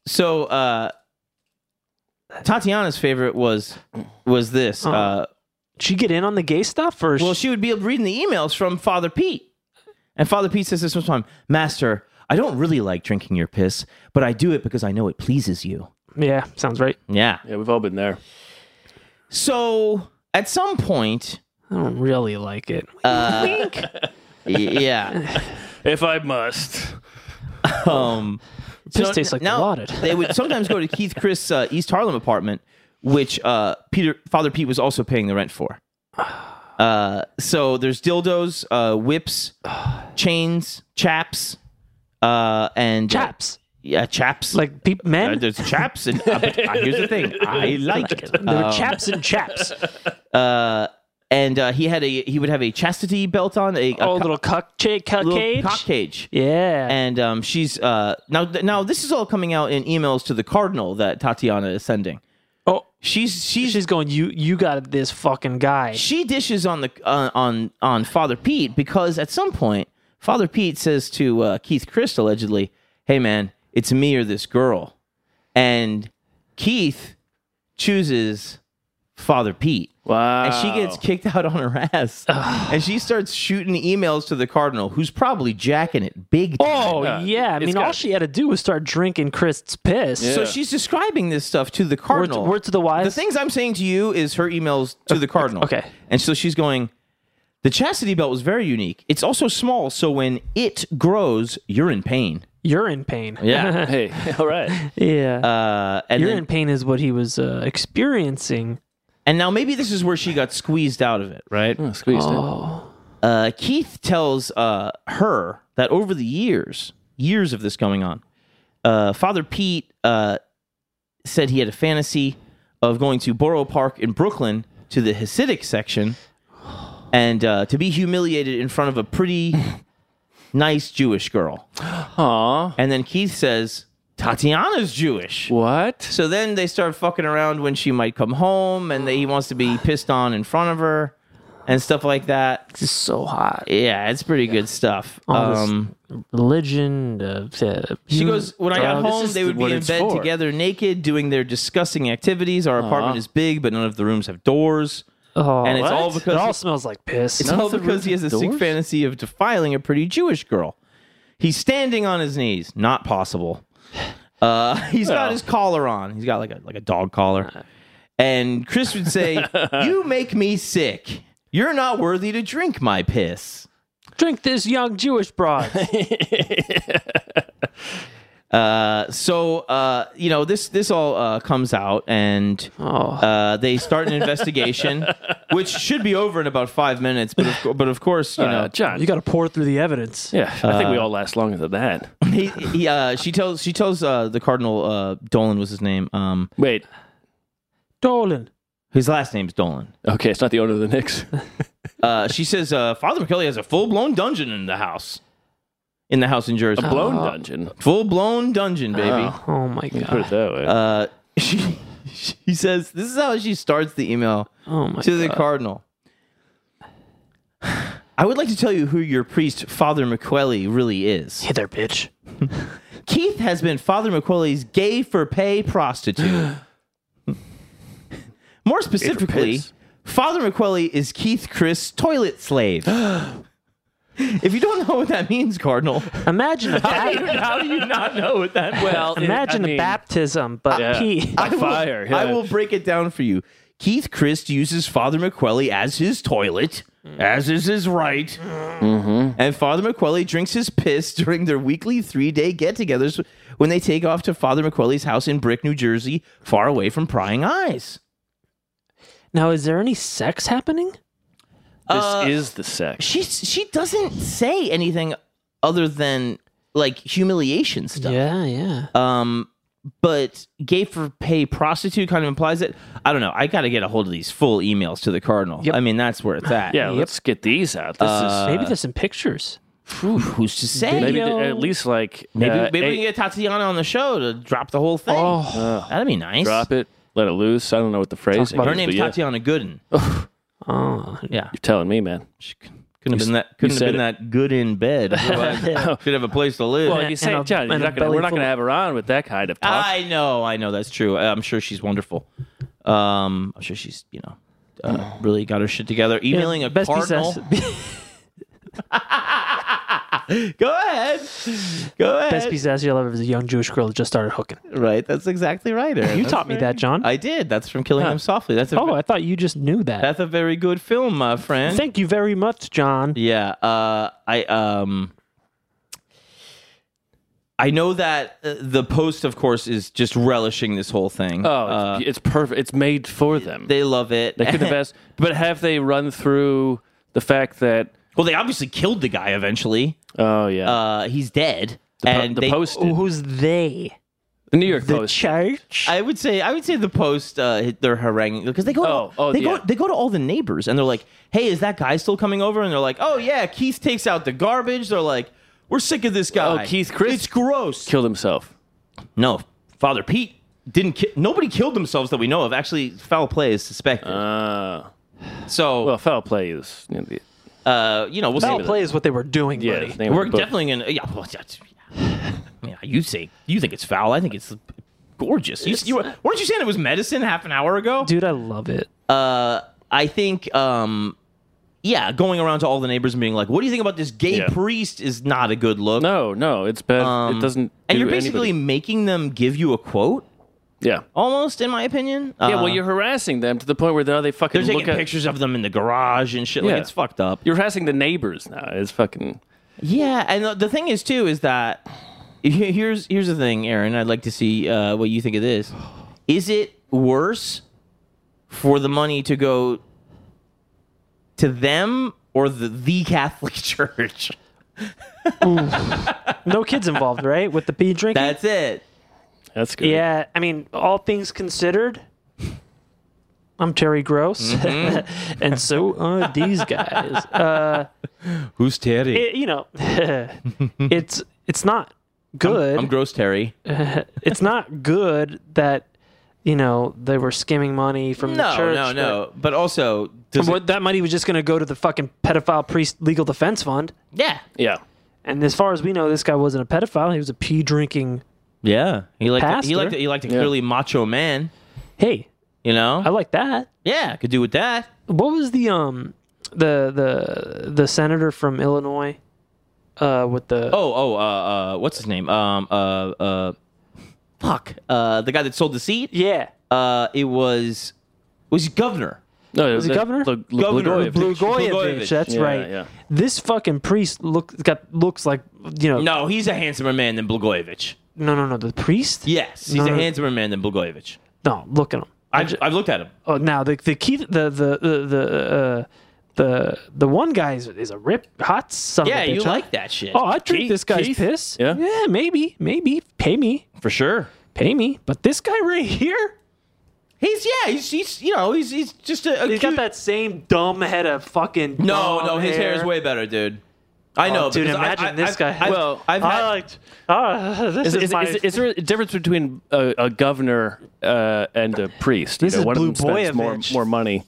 So uh, Tatiana's favorite was was this. Uh, Did you get in on the gay stuff, or well, she would be reading the emails from Father Pete, and Father Pete says this one time, Master. I don't really like drinking your piss, but I do it because I know it pleases you. yeah, sounds right. Yeah. Yeah, we've all been there. So at some point, I don't really like it. Wink. y- [laughs] yeah. If I must. Um, Piss So tastes like now lauded. they would sometimes go to Keith Chris' uh, East Harlem apartment, which uh, Peter Father Pete was also paying the rent [sighs] for. Uh, so there's dildos, uh, [sighs] whips, chains, chaps, uh, and Chaps, yeah, chaps. like peop Uh, men. there's chaps, and uh, but, uh, here's the [laughs] thing, I like it. Um, There were chaps and chaps. And uh, he had a he would have a chastity belt on, [laughs] a, a Oh, co- little cuck, ch- cuck little cage. cock cage. Yeah. and um, she's uh, now now this is all coming out in emails to the cardinal that Tatiana is sending. oh, She's she's she's going. You you got this fucking guy. she dishes on the uh, on on Father Pete because at some point Father Pete says to uh, Keith Christ allegedly, "Hey man, it's me or this girl," and Keith chooses Father Pete. Wow. And she gets kicked out on her [sighs] ass, and she starts shooting emails to the cardinal, who's probably jacking it big time. Oh Yeah, yeah, I it's mean, got- all she had to do was start drinking Chris's piss. Yeah. So she's describing this stuff to the Word, cardinal. word to the the wise. things I'm saying to you is her emails to the cardinal. okay. And so she's going. The chastity belt was very unique. It's also small, so when it grows, you're in pain. You're in pain. [laughs] Yeah. Hey, [laughs] all right. Yeah. uh, and You're then- in pain is what he was uh, experiencing. and now maybe this is where she got squeezed out of it, right? Oh, squeezed it. Uh, Keith tells uh, her that over the years, years of this going on, uh, Father Pete uh, said he had a fantasy of going to Borough Park in Brooklyn to the Hasidic section and uh, to be humiliated in front of a pretty nice Jewish girl. Aw. And then Keith says, Tatiana's Jewish. What? So then they start fucking around when she might come home and they, he wants to be pissed on in front of her and stuff like that. This is so hot. Yeah, it's pretty good stuff. All this- Um, Religion. Uh, uh, she goes, when I got Oh, this home, is they would what be in it's bed for. Uh-huh. together naked, doing their disgusting activities. Our apartment is big, but none of the rooms have doors. Oh, and it's all what? because it all smells like piss. it's None all of the because rooms he has a have sick doors? fantasy of defiling a pretty Jewish girl. He's standing on his knees. Not possible. Uh, [laughs] he's got Well. Uh. his collar on. He's got like a like a dog collar. And Chris would [laughs] say, "You make me sick. You're not worthy to drink my piss." Drink this young [laughs] Jewish broad. Uh, so uh, you know this this all uh, comes out and Oh. uh, they start an investigation, which should be over in about five minutes. But of, co- but of course, you know, Uh, John. You got to pour through the evidence. yeah, I think we all last longer than that. he, he, uh, she tells she tells uh, the cardinal uh, Dolan was his name. Um, Wait. Dolan. his last name's Dolan. Okay, it's not the owner of the Knicks. Uh, she says uh, Father McKelly has a full blown dungeon in the house, in the house in Jersey. Blown dungeon. full blown dungeon, baby. Oh my Put god. it that way. Uh, [laughs] she she says this is how she starts the email. Oh my to the god. cardinal. I would like to tell you who your priest, Father McQuelly, really is. Hey there, bitch. Keith has been Father McQuelly's gay for pay [gasps] prostitute. More specifically, piss. Father McQuelly is Keith Chris' toilet [gasps] slave. if you don't know what that means, Cardinal, [laughs] Imagine a bap- how do you not know what that means? well, imagine a baptism, but Yeah. pee. By fire. I yeah. will break it down for you. Keith Christ uses Father McQuelly as his toilet, as is his right. And Father McQuelly drinks his piss during their weekly three day get togethers when they take off to Father McQuelly's house in Brick, New Jersey, far away from prying eyes. Now, is there any sex happening? This Uh, is the sex. She, she doesn't say anything other than like humiliation stuff. Yeah, yeah. Um, but gay for pay prostitute kind of implies it. I don't know. I got to get a hold of these full emails to the cardinal. I mean, that's where it's at. Yeah, let's get these out. This Maybe there's some pictures. Who's to say? is maybe Maybe, th- Video. at least like maybe, uh, we hey, can get Tatiana on the show to drop the whole thing. Oh. That'd be nice. drop it, let it loose. I don't know what the phrase is. Her but name's yeah, Tatiana Gooden. Oh, Yeah. You're telling me, man. She- Couldn't have been that. Couldn't have said been it. that good in [laughs] bed. [laughs] Otherwise, Should have a place to live. Well, you say, and a- John, you're and a not gonna, we're belly not going full to of- have her on with that kind of talk. I know, I know that's true. I'm sure she's wonderful. Um, I'm sure she's you know [sighs] uh, really got her shit together. Emailing a best cardinal. possessed, [laughs] [laughs] Go ahead, go ahead. best piece of ass you'll ever is a young Jewish girl that just started hooking. Right, that's exactly right. Aaron. You That's taught me very- that, John. I did. That's from Killing Them Softly. That's a [laughs] oh, I thought you just knew that. that's a very good film, my friend. Thank you very much, John. Yeah. Uh, I um. I know that uh, the post, of course, is just relishing this whole thing. Uh, oh, it's- it's perfect. It's made for them. They, they love it. [laughs] could have asked, but have they run through the fact that? well, they obviously killed the guy eventually. Oh yeah, Uh, he's dead. Po- and the they- post, Oh, who's they? the New York The Post. church? Oh, I would say I would say the post uh, they're haranguing because they go to, Oh, oh, they yeah. go they go to all the neighbors and they're like, "Hey, is that guy still coming over?" And they're like, "Oh yeah, Keith takes out the garbage." They're like, "We're sick of this guy." Oh, Keith Chris- it's gross. killed himself. no, Father Pete didn't. Ki- nobody killed themselves that we know of. Actually, foul play is suspected. Uh, so well, foul play is. You know, the, uh, you know, we'll Foul see. play is what they were doing, yeah, buddy. it's the name of We're the book. definitely gonna. Yeah, well, that's, yeah, you say you think it's foul. I think it's gorgeous. You, you were- weren't you saying it was medicine half an hour ago? Dude, I love it. uh, I think, um, yeah, going around to all the neighbors and being like, "What do you think about this gay Yeah. priest?" is not a good look. No, no, it's bad. Um, it doesn't. And do you're basically anybody- making them give you a quote, yeah, almost, in my opinion. yeah. Well, you're harassing them to the point where now they fucking uh, they're look taking at pictures of them in the garage and shit. Like Yeah. it's fucked up. You're harassing the neighbors now. It's fucking. Yeah, and the, the thing is too is that he- here's here's the thing, Aaron. I'd like to see uh, what you think of this. Is it worse for the money to go to them or the the Catholic [laughs] Church? No kids involved, right? With the pee drinking? That's it. That's good. yeah, I mean, all things considered, I'm Terry Gross. Mm-hmm. [laughs] and so are these guys. Uh, Who's Terry? it- [laughs] you know, it's it's not good. I'm Gross Terry. it's not good that, you know, they were skimming money from the No, church. no, or- no. But also, does it- What, that money was just going to go to the fucking pedophile priest legal defense fund. yeah, yeah. And as far as we know, this guy wasn't a pedophile. He was a pee drinking. yeah. He liked to, he Pastor. liked to, he liked a clearly macho man. Hey, You know? I like that. yeah, could do with that. What was the um the the the senator from Illinois uh with the Oh, oh, uh, uh, what's his name? Um, uh, uh, fuck, uh, the guy that sold the seat. yeah Uh, it was was he governor. No, Was it that- governor? Lu- Lu- Governor. Lugoyev. Blue- Blagojevich, Blagojevich. that's Yeah, right. yeah. This fucking priest look got looks like you know No, he's a handsomer man than Blagojevich. no no no the priest Yes, he's No, a no. handsomer man than Blagojevich. no look at him I've, I've looked at him. oh now the the key the the the the uh, the the one guy is, is a rip hot son Yeah, of a bitch, you huh? like that shit oh I drink Keith- this guy's Keith? piss Yeah. yeah maybe maybe pay me for sure. pay me but this guy right here He's yeah, he's, he's you know he's he's just a, a He's got cute- that same dumb head of fucking. No, dumb no, his hair is way better, dude. I know, Oh, dude, because I- imagine I- this I've- guy. I've- Well, I've had, I liked. Ah, this is, Is, is, my. is, is there a difference between a, a governor uh, and a priest? This you know, is one of them spends more, Blagojevich. more money.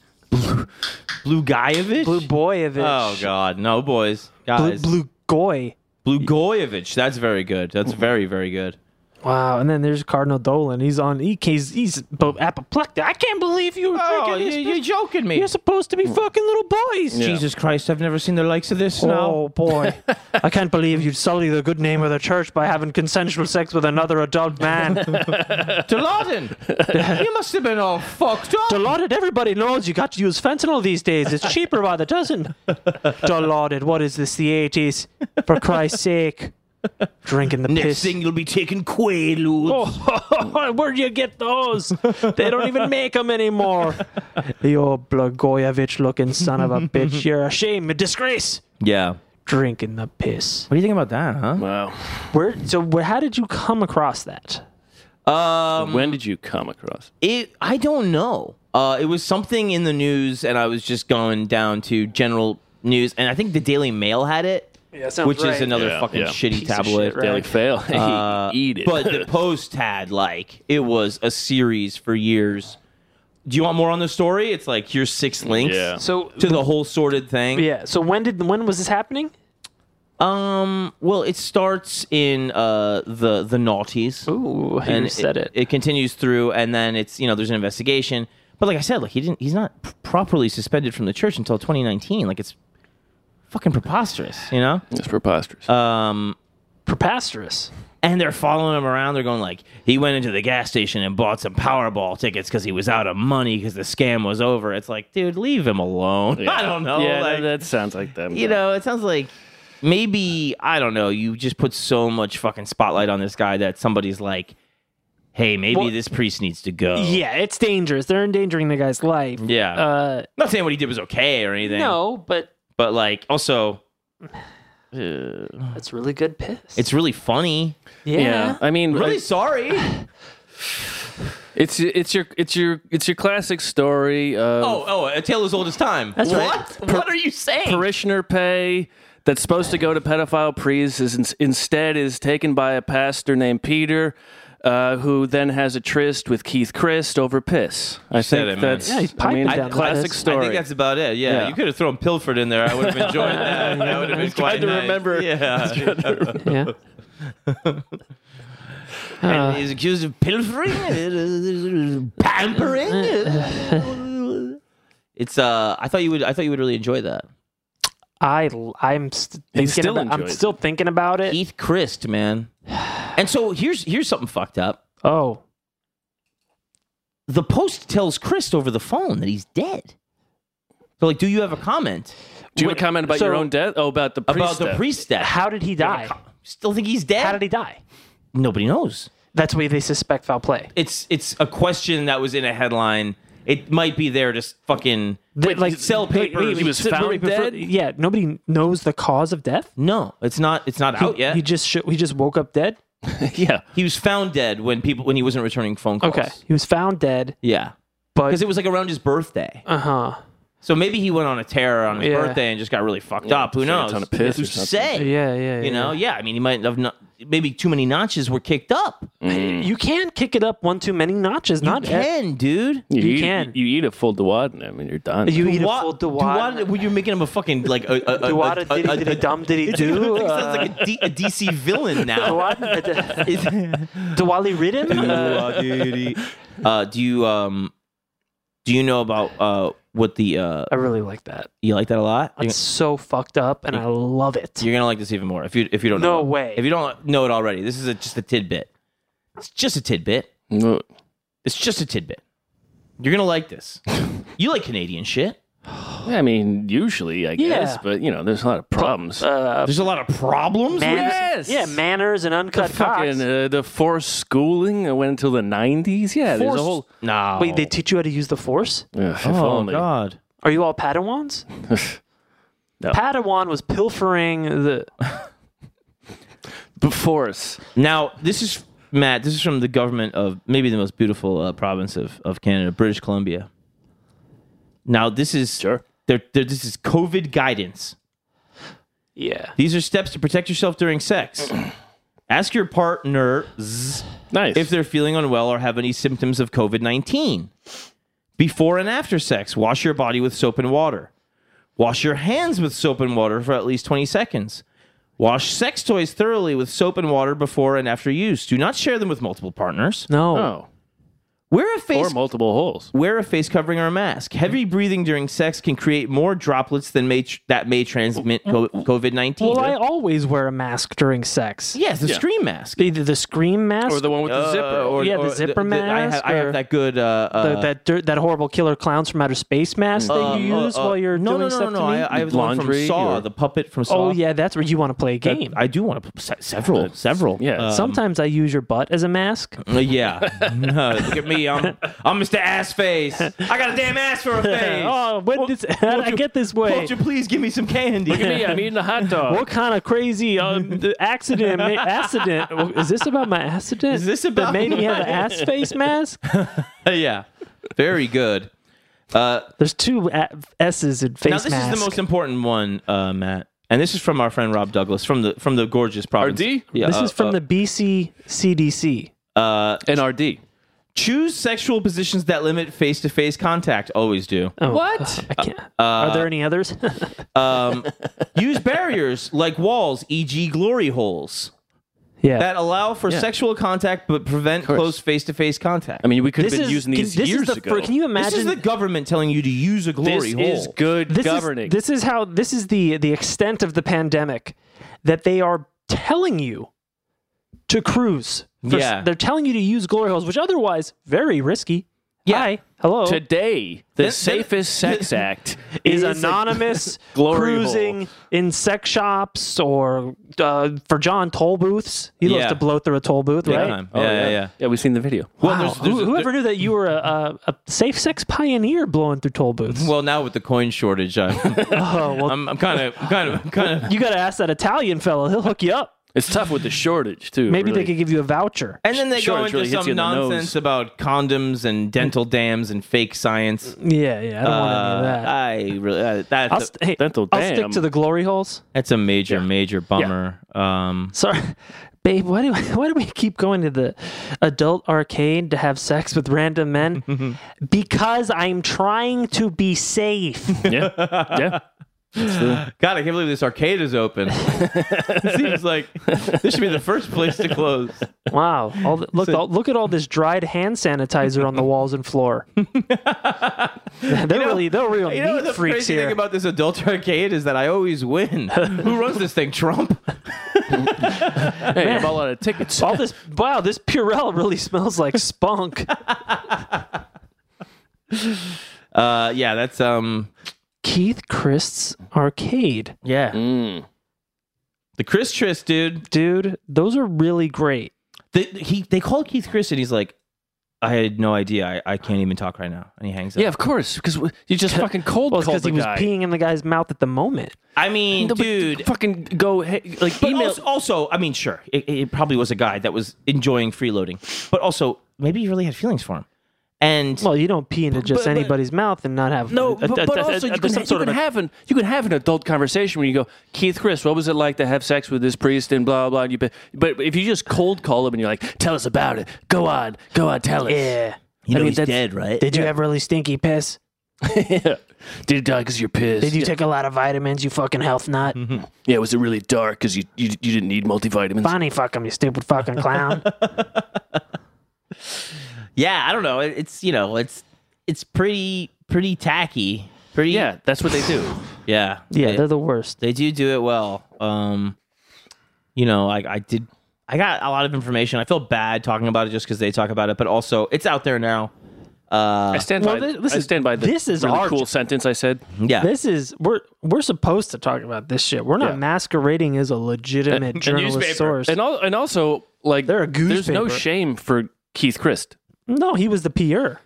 Blugojevich. Blue Boyovich. Oh God, no, boys, Blue, guys. Blue Goy. Blugojevich. That's very good. That's very, very good. Wow, and then there's Cardinal Dolan. He's on. He, he's he's bo- apoplectic. I can't believe you were Oh, drinking you, this. you're piss. joking me. You're supposed to be fucking little boys. Yeah. Jesus Christ, I've never seen the likes of this now. Oh boy, [laughs] I can't believe you'd sully the good name of the church by having consensual sex with another adult man. Dilaudin, you must have been all fucked up. Dilaudid, everybody knows you got to use fentanyl these days. It's cheaper by the dozen. Dilaudid, what is this, the 80s? For Christ's sake. Drinking the piss. you'll be taking Quaaludes. [laughs] Oh, where'd you get those? They don't even make them anymore. You Blagojevich looking son of a bitch. You're a shame, a disgrace. Yeah. What Drinking the piss. do you think about that, huh? Wow. Where, so, where, how did you come across that? Um, when did you come across? it, I don't know. Uh, it was something in the news, and I was just going down to general news, and I think the Daily Mail had it, Yeah, sounds which is another Yeah, fucking yeah. shitty Piece of shit, tabloid. right? Daily fail. [laughs] Uh, Eat it. [laughs] But the post had like it was a series for years do you want more on the story? It's like here's six links Yeah. So to the whole sorted thing. yeah. So when did when was this happening? Um. Well, it starts in uh the the naughties. Ooh, you and said it. It continues through, and then it's you know there's an investigation. But like I said, like he didn't. He's not p- properly suspended from the church until 2019. Like it's fucking preposterous, you know. It's preposterous. Uh, Preposterous. And they're following him around. They're going like he went into the gas station and bought some Powerball tickets because he was out of money because the scam was over. It's like, dude, leave him alone. [laughs] I don't know. yeah, like, that, that sounds like them. you know, it sounds like maybe I don't know. You just put so much fucking spotlight on this guy that somebody's like, "Hey, maybe Well- this priest needs to go." Yeah, it's dangerous. They're endangering the guy's life. yeah. Uh, not saying what he did was okay or anything. no, but but like also, that's really good piss. it's really funny. yeah. Yeah. I mean, Really I- sorry. it's it's your it's your it's your classic story of [sighs] oh, oh, a tale as old as time. That's right. what? What are you saying? parishioner pay that's supposed to go to pedophile priests is in, instead is taken by a pastor named Peter, uh, who then has a tryst with Keith Christ over piss. I said it, think man. that's Yeah, he's I piping mean, down the classic piss. story. I think that's about it. Yeah, Yeah. you could have thrown Pilford in there. I [laughs] would have enjoyed that. That would have been quite to nice. remember- Yeah, [laughs] Yeah. And he's accused of [laughs] pilfering, pampering. It's uh, I thought you would. I thought you would really enjoy that. I I'm st- thinking still about, I'm enjoys still thinking about it. Keith Christ, man. And so here's here's something fucked up. Oh, The post tells Christ over the phone that he's dead. So like, do you have a comment Do you have a comment about So- your own death? Oh, about the priest about the death. priest death? how did he die? Still think he's dead? How did he die? Nobody knows. That's why they suspect foul play. It's it's a question that was in a headline. It might be there to s- fucking That, like sell wait, papers. wait, He was so- found wait, before- dead? yeah, nobody knows the cause of death. No, it's not. It's not out yet. He just sh- he just woke up dead. [laughs] yeah. He was found dead when people when he wasn't returning phone calls. Okay, he was found dead, Yeah. but Because it was like around his birthday. uh huh. So maybe he went on a terror on his Yeah. birthday and just got really fucked up. Who took a knows? ton of piss Who's or something. say? Yeah, yeah. You know, yeah. I mean, he might have not. Maybe too many notches were kicked up. Mm. you can kick it up one too many notches. You not Uh, e- can, dude. You, eat- can. You eat a full duodenum and you're done. you eat Duwa- a full Duwada- Duwada. well, you're making him a fucking like a a, a, uh, Duwada a, a, diddy diddy [laughs] dum [laughs] diddy do. He uh, sounds like a, D, a DC villain now. [laughs] Duwada- Is- Diwali uh, ridden. Uh, uh, do you um, do you know about uh what the uh I really like that. you like that a lot? It's so fucked up, and I love it. You're gonna like this even more if you if you don't. No know it. way. If you don't know it already, this is a, just a tidbit. It's just a tidbit. No. It's just a tidbit. You're gonna like [laughs] this. you like Canadian shit. I mean, usually, I guess, but you know, there's a lot of problems. Uh, There's a lot of problems. with it. Manners- Yeah, Yes! manners and the uncut fucking cocks. uh, the forced schooling that went until the 90s. Yeah, there's a whole. Oh. No. Wait, they teach you how to use the force? Ugh, if Oh only. God. Are you all Padawans? [laughs] No. Padawan was pilfering the. Before us. Now this is Matt. This is from the government of maybe the most beautiful uh, province of of Canada, British Columbia. Now this is Sure. They're, they're, this is COVID guidance. Yeah. These are steps to protect yourself during [clears throat] sex. Ask your partner Nice. if they're feeling unwell or have any symptoms of COVID 19. Before and after sex, wash your body with soap and water. Wash your hands with soap and water for at least 20 seconds. Wash sex toys thoroughly with soap and water before and after use. Do not share them with multiple partners. No. oh, Wear a or face multiple holes. wear a face covering or a mask. Heavy Mm-hmm. breathing during sex can create more droplets than may tr- that may transmit COVID 19. Mm-hmm. Well, I always wear a mask during sex. yes, the screen mask. Either the scream mask Or the one with the zipper. Uh, or- Yeah, the or zipper I have, mask I or- have that good. Uh, the- uh, that dirt, that horrible killer clowns from outer space mask that you uh, use uh, while you're no, doing no, no, stuff no, to no. me. I, I have the one from Laundry Saw, or- the puppet from Saw. oh yeah, that's where you want to play a That- game. I do want to se- several, several. yeah. [laughs] Uh, Sometimes I use your butt as a mask. [laughs] uh, yeah. [laughs] No, look at me. I'm I'm Mr. Ass Face. I got a damn ass [laughs] for a face. oh, when [laughs] did won't I you- get this way? Won't you please give me some candy? Look at me, I'm eating a hot dog. What kind of crazy [laughs] um, the accident? ma- Accident? Is this about my accident? Is this about that made me have my- an [laughs] ass face mask? yeah. Very good. Uh, There's two a- S's in face Now this mask. is the most important one, uh, Matt. And this is from our friend Rob Douglas from the from the gorgeous province. uh, RD? Yeah, This uh, is from the BC CDC. uh, NRD. Choose sexual positions that limit face to face contact. Always [laughs] do. Oh, What? I can't. Uh, Are there any others? [laughs] Use barriers like walls, e.g., glory holes, yeah. that allow for sexual contact but prevent close face to face contact. I mean, we could have This been is- using can- these this is years the ago. fir- Can you this imagine? is the government telling you to use a this glory hole. is good this governing. Is, this is how this is the the extent of the pandemic that they are telling you to cruise. For- Yeah. they're telling you to use glory holes, which otherwise very risky. Yeah. Hi, hello. Today, the Then- Safest Sex [laughs] Act is is a- [laughs] anonymous glory hole. cruising in sex shops or uh, for John toll booths. He loves Yeah. to blow through a toll booth, right? Oh. time. Yeah, yeah, yeah. Yeah, we've seen the video. Wow. there's- Who- there's a- whoever knew that you were a, a, a safe sex pioneer blowing through toll booths? Well, now with the coin shortage, I'm [laughs] oh, well I'm kind of kind of kind [laughs] of. you got to ask that Italian fellow. He'll hook you up. It's tough with the shortage too. Maybe really. they could give you a voucher. And then they Sure, go it into really hits you some in the nose. nonsense about condoms and dental dams and fake science. Yeah, yeah. I don't want any of that. Uh, I really uh, that's I'll, a, st- hey, dental I'll dam. stick to the glory holes. that's a major major bummer. Um, Sorry, [laughs] babe. Why do [laughs] why do we keep going to the adult arcade to have sex with [laughs] random men? because I'm trying to be safe. [laughs] Yeah, [laughs] yeah. God, I can't believe this arcade is open. [laughs] it seems like this should be the first place to close. wow. All the, look all, look at all this dried hand sanitizer [laughs] on the walls and floor. [laughs] they're really they're real You know neat the freaks crazy here. thing about this adult arcade is that I always [laughs] win. Who runs this thing? Trump. Hey, I'm all out of tickets. [laughs] all this wow, this Purell really smells like spunk. Uh, yeah, that's um Keith Christ's arcade. yeah Mm. the Chris Tris dude. Dude, those are really great. They, he they called Keith Chris and he's like, I had no idea. I, I can't even talk right now. And he hangs up. Yeah, of course, because [laughs] you just fucking cold Well, called because the he was guy. peeing in the guy's mouth at the moment. I mean, No, but dude. fucking go hey, like But email. also, also, I mean, sure, it, it probably was a guy that was enjoying freeloading, but also maybe he really had feelings for him. And Well, you don't pee into just but- anybody's mouth and not have no, a- a- but, but a- a- also a- you can, some you sort of can a- have an you can have an adult conversation when you go, Keith, Chris, what was it like to have sex with this priest and blah blah. And you, but but if you just cold call him and you're like, tell us about it. Go on, go on, tell us. yeah. you I mean, that's- right? Did you have really stinky piss? [laughs] Did it die because you're pissed? Did you take a lot of vitamins? You fucking health [laughs] nut. yeah, was it really dark because you, you you didn't need multivitamins? Bonnie, fuck him, you stupid fucking clown. yeah, I don't know. It- It's you know, it's it's pretty pretty tacky. Pretty Yeah, that's what they do. yeah, [laughs] yeah, They, they're the worst. they do do it well. Um, you know, I I did. I got a lot of information. I feel bad talking about it just because they talk about it, but also it's out there now. I stand Uh, Well, by. thi- this I is- stand by the this is really our cool jo- sentence I said. Yeah, This is we're we're supposed to talk about this shit. We're not Yeah. masquerading as a legitimate journalist source. And all, and also like They're a goose there's no paper. shame for Keith Christ. no, he was the peer.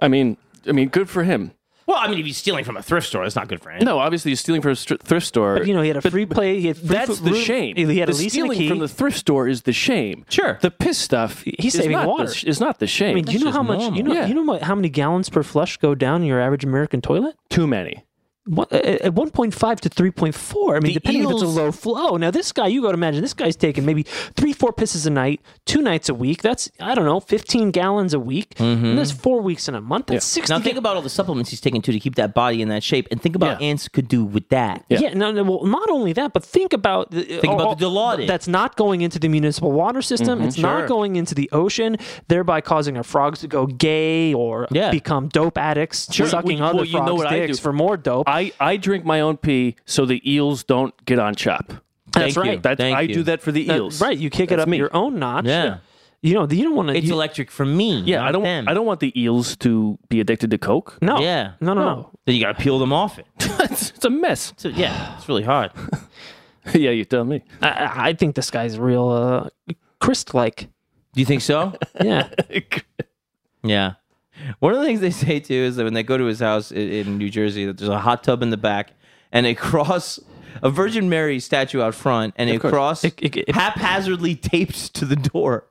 I mean, I mean, good for him. Well, I mean, if he's stealing from a thrift store, it's not good for him. No, obviously he's stealing from a stri- thrift store. You know, he had a free play. He had free that's food the room- shame. He had the a lease and a stealing key. from the thrift store is the shame. Sure. The piss stuff. He's saving not water. The, sh- is not the shame. I mean, do you know just how much you know normal. you know what, how many gallons per flush go down in your average American toilet? too many. What, at uh, at 1.5 to 3.4. I mean, The depending if eels- it's a low flow. Now, this guy, you got to imagine, this guy's taking maybe three, four pisses a night, two nights a week. That's I don't know, 15 gallons a week. And that's four weeks in a month. That's 60. Now think ga- about all the supplements he's taking too to keep that body in that shape, and think about Yeah. ants could do with that. yeah. no, no. Well, not only that, but think about the, oh, Think about the Dilaudid. That's not going into the municipal water system. it's Sure. not going into the ocean, thereby causing our frogs to go gay or Yeah. become dope addicts, sucking Well, other you know frogs' what I do. dicks for more dope. I, I drink my own pee so the eels don't get on chop. That's Thank right. you. That's, Thank I you. do that for the Uh, eels. right, you kick it That's up me. your own notch. You know, you don't want to. it's electric for me. Yeah, not I don't. Them. I don't want the eels to be addicted to coke. [laughs] No. Yeah. No, no, no. Then you gotta peel them off it. it's, it's a mess. So, yeah, it's really hard. [laughs] yeah, you tell me. I- I, I think this guy's real uh, Christ [laughs] like. Do you think so? Yeah. yeah. One of the things they say too is that when they go to his house in, in New Jersey, that there's a hot tub in the back and a [laughs] cross, a Virgin Mary statue out front, and a cross It- it- it- haphazardly taped to the door. [laughs]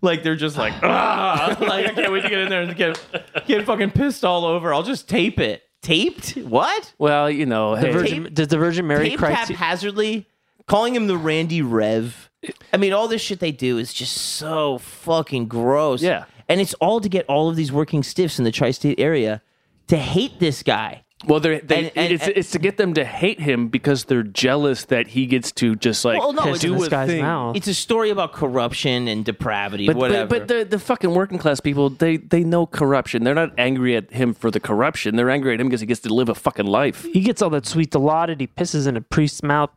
Like they're just like, [laughs] ah, like I can't wait to get in there and get get fucking pissed all over. I'll just tape it. Taped? What? Well, you know, hey, Virgin, does the Virgin Mary Tape Christ? haphazardly calling him the Randy Rev. I mean, all this shit they do is just so fucking gross. Yeah. And it's all to get all of these working stiffs in the tri state area to hate this guy. Well, they're, they And- and- it's, it's to get them to hate him because they're jealous that he gets to just like Well, no, it's do in this a guy's thing. mouth. It's a story about corruption and depravity, But, whatever. but but the the fucking working class people they they know corruption. They're not angry at him for the corruption. They're angry at him because he gets to live a fucking life. He gets all that sweet delauded. He pisses in a priest's mouth.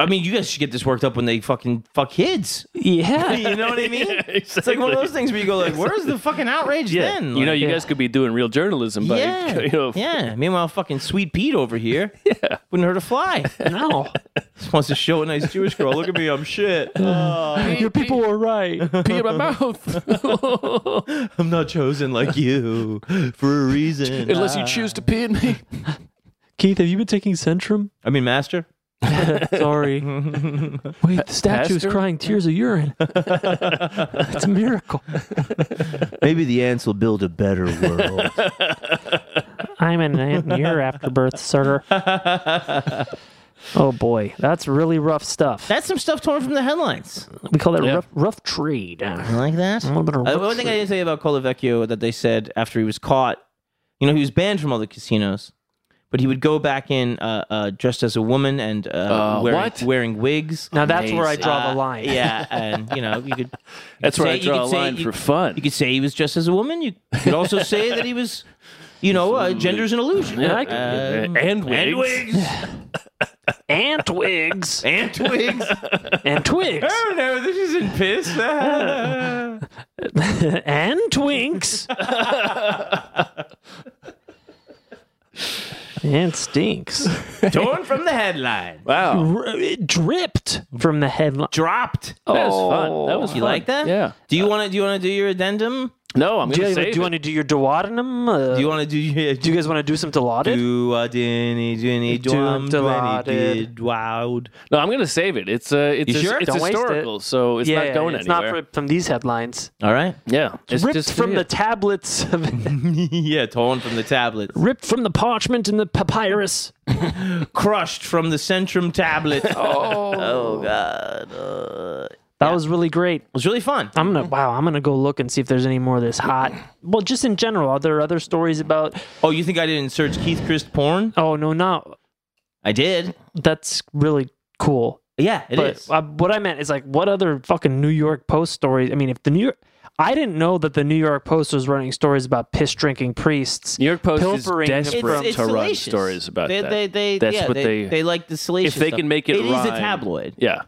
I mean, you guys should get this worked up when they fucking fuck [laughs] kids. [laughs] Yeah. You know what I mean? It's like one exactly. of those things where you go like, "Where's the fucking outrage Yeah, then?" you know, Like, you guys could be doing real journalism, [laughs] by yeah, you know, yeah. Meanwhile, fucking sweet Pete over [laughs] here wouldn't hurt a [laughs] fly. no. Just wants to show a nice Jewish girl. Look at me, I'm [laughs] shit. Your people were right. [laughs] pee in my mouth. I'm not chosen like you for a reason. [laughs] Unless you choose to pee in me. Keith, have you been taking Centrum? I mean, master. Sorry. Wait, the statue is Pastor? crying tears of urine. It's a miracle. Maybe the ants will build a better world. I'm an ant in your afterbirth, sir. Oh boy, that's really rough stuff. [laughs] That's some stuff torn from the headlines. We call that Yeah. rough, rough trade. I like that. little bit of Uh, rough one thing I trade. didn't say about Colavecchio that they said after he was caught, you know, he was banned from all the casinos, but he would go back in uh, uh, dressed as a woman and uh, Uh, wearing, what? wearing wigs. Now that's where I Amazing. Ah, draw the Uh, line. [laughs] yeah, and you know, you could. [laughs] [laughs] That's where I say- you draw a could say- line you- for fun. You could say he was dressed as a woman. You could [laughs] also say that he was, you know, uh, gender's an illusion. Yeah, I could- uh, and And wigs. [laughs] wigs. And twigs. and twigs. And [laughs] twigs. Oh no, this isn't piss. [laughs] and twinks. [laughs] and stinks. Torn from the [laughs] headline. wow. R- it dripped from the headline. Dropped. That Oh. was fun. That was You fun. like that? Yeah. Do you want to? Do you want to do your addendum? No, I'm Do going you, to save want to do your duodenum? Uh, Do you want to do your? do you guys want to do some dilaudid? Do a dinny dinny Do dwam a dwinny dotted. did wowed. it. No, I'm going to save it. It's uh, it's You a, sure? it's Don't waste it. historical, so it's yeah, not going it's anywhere. not fr- from these headlines. All right. yeah, it's ripped just from yeah. the tablets, [laughs] of, [laughs] yeah, torn from the tablets, ripped from the parchment and the papyrus. crushed from the centrum [laughs] tablet. oh. god, uh, it That was really great. was really fun. I'm gonna wow. I'm gonna go look and see if there's any more of this hot. Well, just in general, are there other stories about? Oh, you think I didn't search Keith Christ porn? Oh no, no, I did. that's really cool. Yeah, it is. but uh, what I meant is like, what other fucking New York Post stories? I mean, if the New York, I didn't know that the New York Post was running stories about piss drinking priests. New York Post is pilfering desperate from- to run stories about they, that. They, they, That's yeah, what they, they- like the salacious. if they stuff. can make it, it is a rhyme- tabloid. Yeah,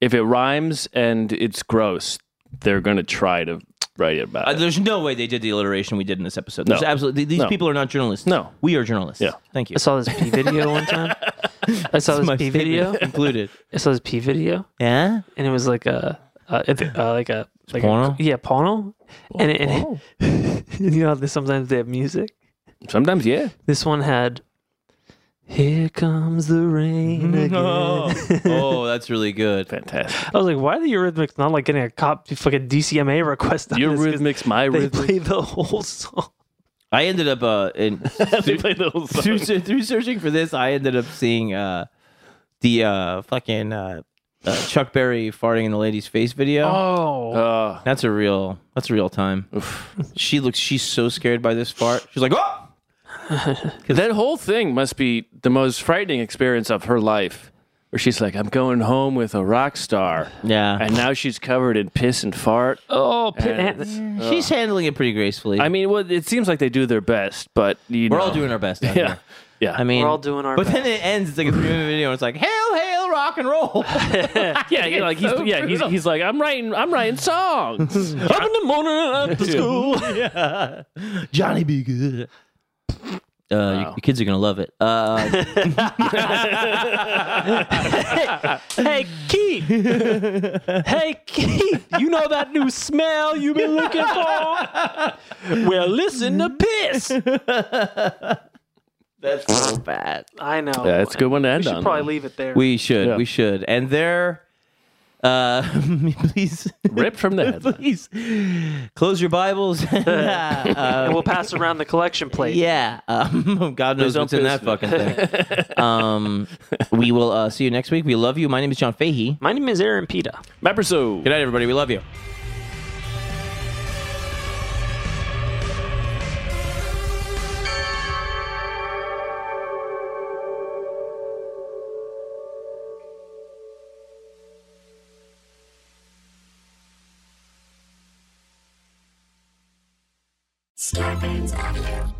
if it rhymes and it's gross, they're going to try to write about Uh, it. there's no way they did the alliteration we did in this episode. No. There's absolutely these No. people are not journalists. No. we are journalists. Yeah. thank you. I saw this P video one time. I saw this My P favorite [laughs] video. included. I saw this P video, Yeah, [laughs] and it was like a, a, it- uh, like a like a- porno? yeah, porno. and it, and it- [laughs] you know, how they- sometimes they have music. Sometimes, yeah. This one had. Here comes the rain again. [laughs] Oh, oh, that's really good. Fantastic. I was like, why are the Eurythmics not like getting a cop fucking DCMA request? on this? 'Cause Eurythmics, my They rhythm. play the whole song. I ended up uh, in, They play the whole song. through, through searching for this. I ended up seeing uh, the uh, fucking uh, uh, Chuck Berry farting in the lady's face video. Oh, Uh, That's a real. That's a real time. She looks. She's so scared by this fart. She's like, oh. That whole thing must be the most frightening experience of her life, where she's like, "I'm going home with a rock star," [laughs] Yeah. and now she's covered in piss and fart. oh, pin- And, She's handling it pretty gracefully. I mean, well, it seems like they do their best, but you we're know. all doing our best. Out Yeah, Here. yeah. I mean, We're all doing our But then it ends. It's like a three minute video. And it's like, hail, hail, rock and [laughs] roll. yeah, yeah, like he's, yeah, he's, he's like, "I'm writing, I'm writing [laughs] songs." up in the morning after school. yeah. Johnny be good. Uh, your, your kids are gonna love it. Uh, [laughs] hey Keith, hey Keith, [laughs] you know that new smell you've been looking for? [laughs] Well, listen to piss. that's so bad. I know. Yeah, that's a good one to end We should on. probably leave it there. We should. Yeah. We should. And there, uh, [laughs] please, Ripped from [laughs] the head. please close your Bibles. and, [laughs] uh, uh, and we'll pass around the collection [laughs] plate. Yeah. Um, God knows don't what's in piss that me. fucking thing. um, we will uh, see you next week. We love you. My name is John Fahey. My name is Aaron Pita. Mapperso. Good night, everybody. We love you. [clears throat] Star Bands Audio,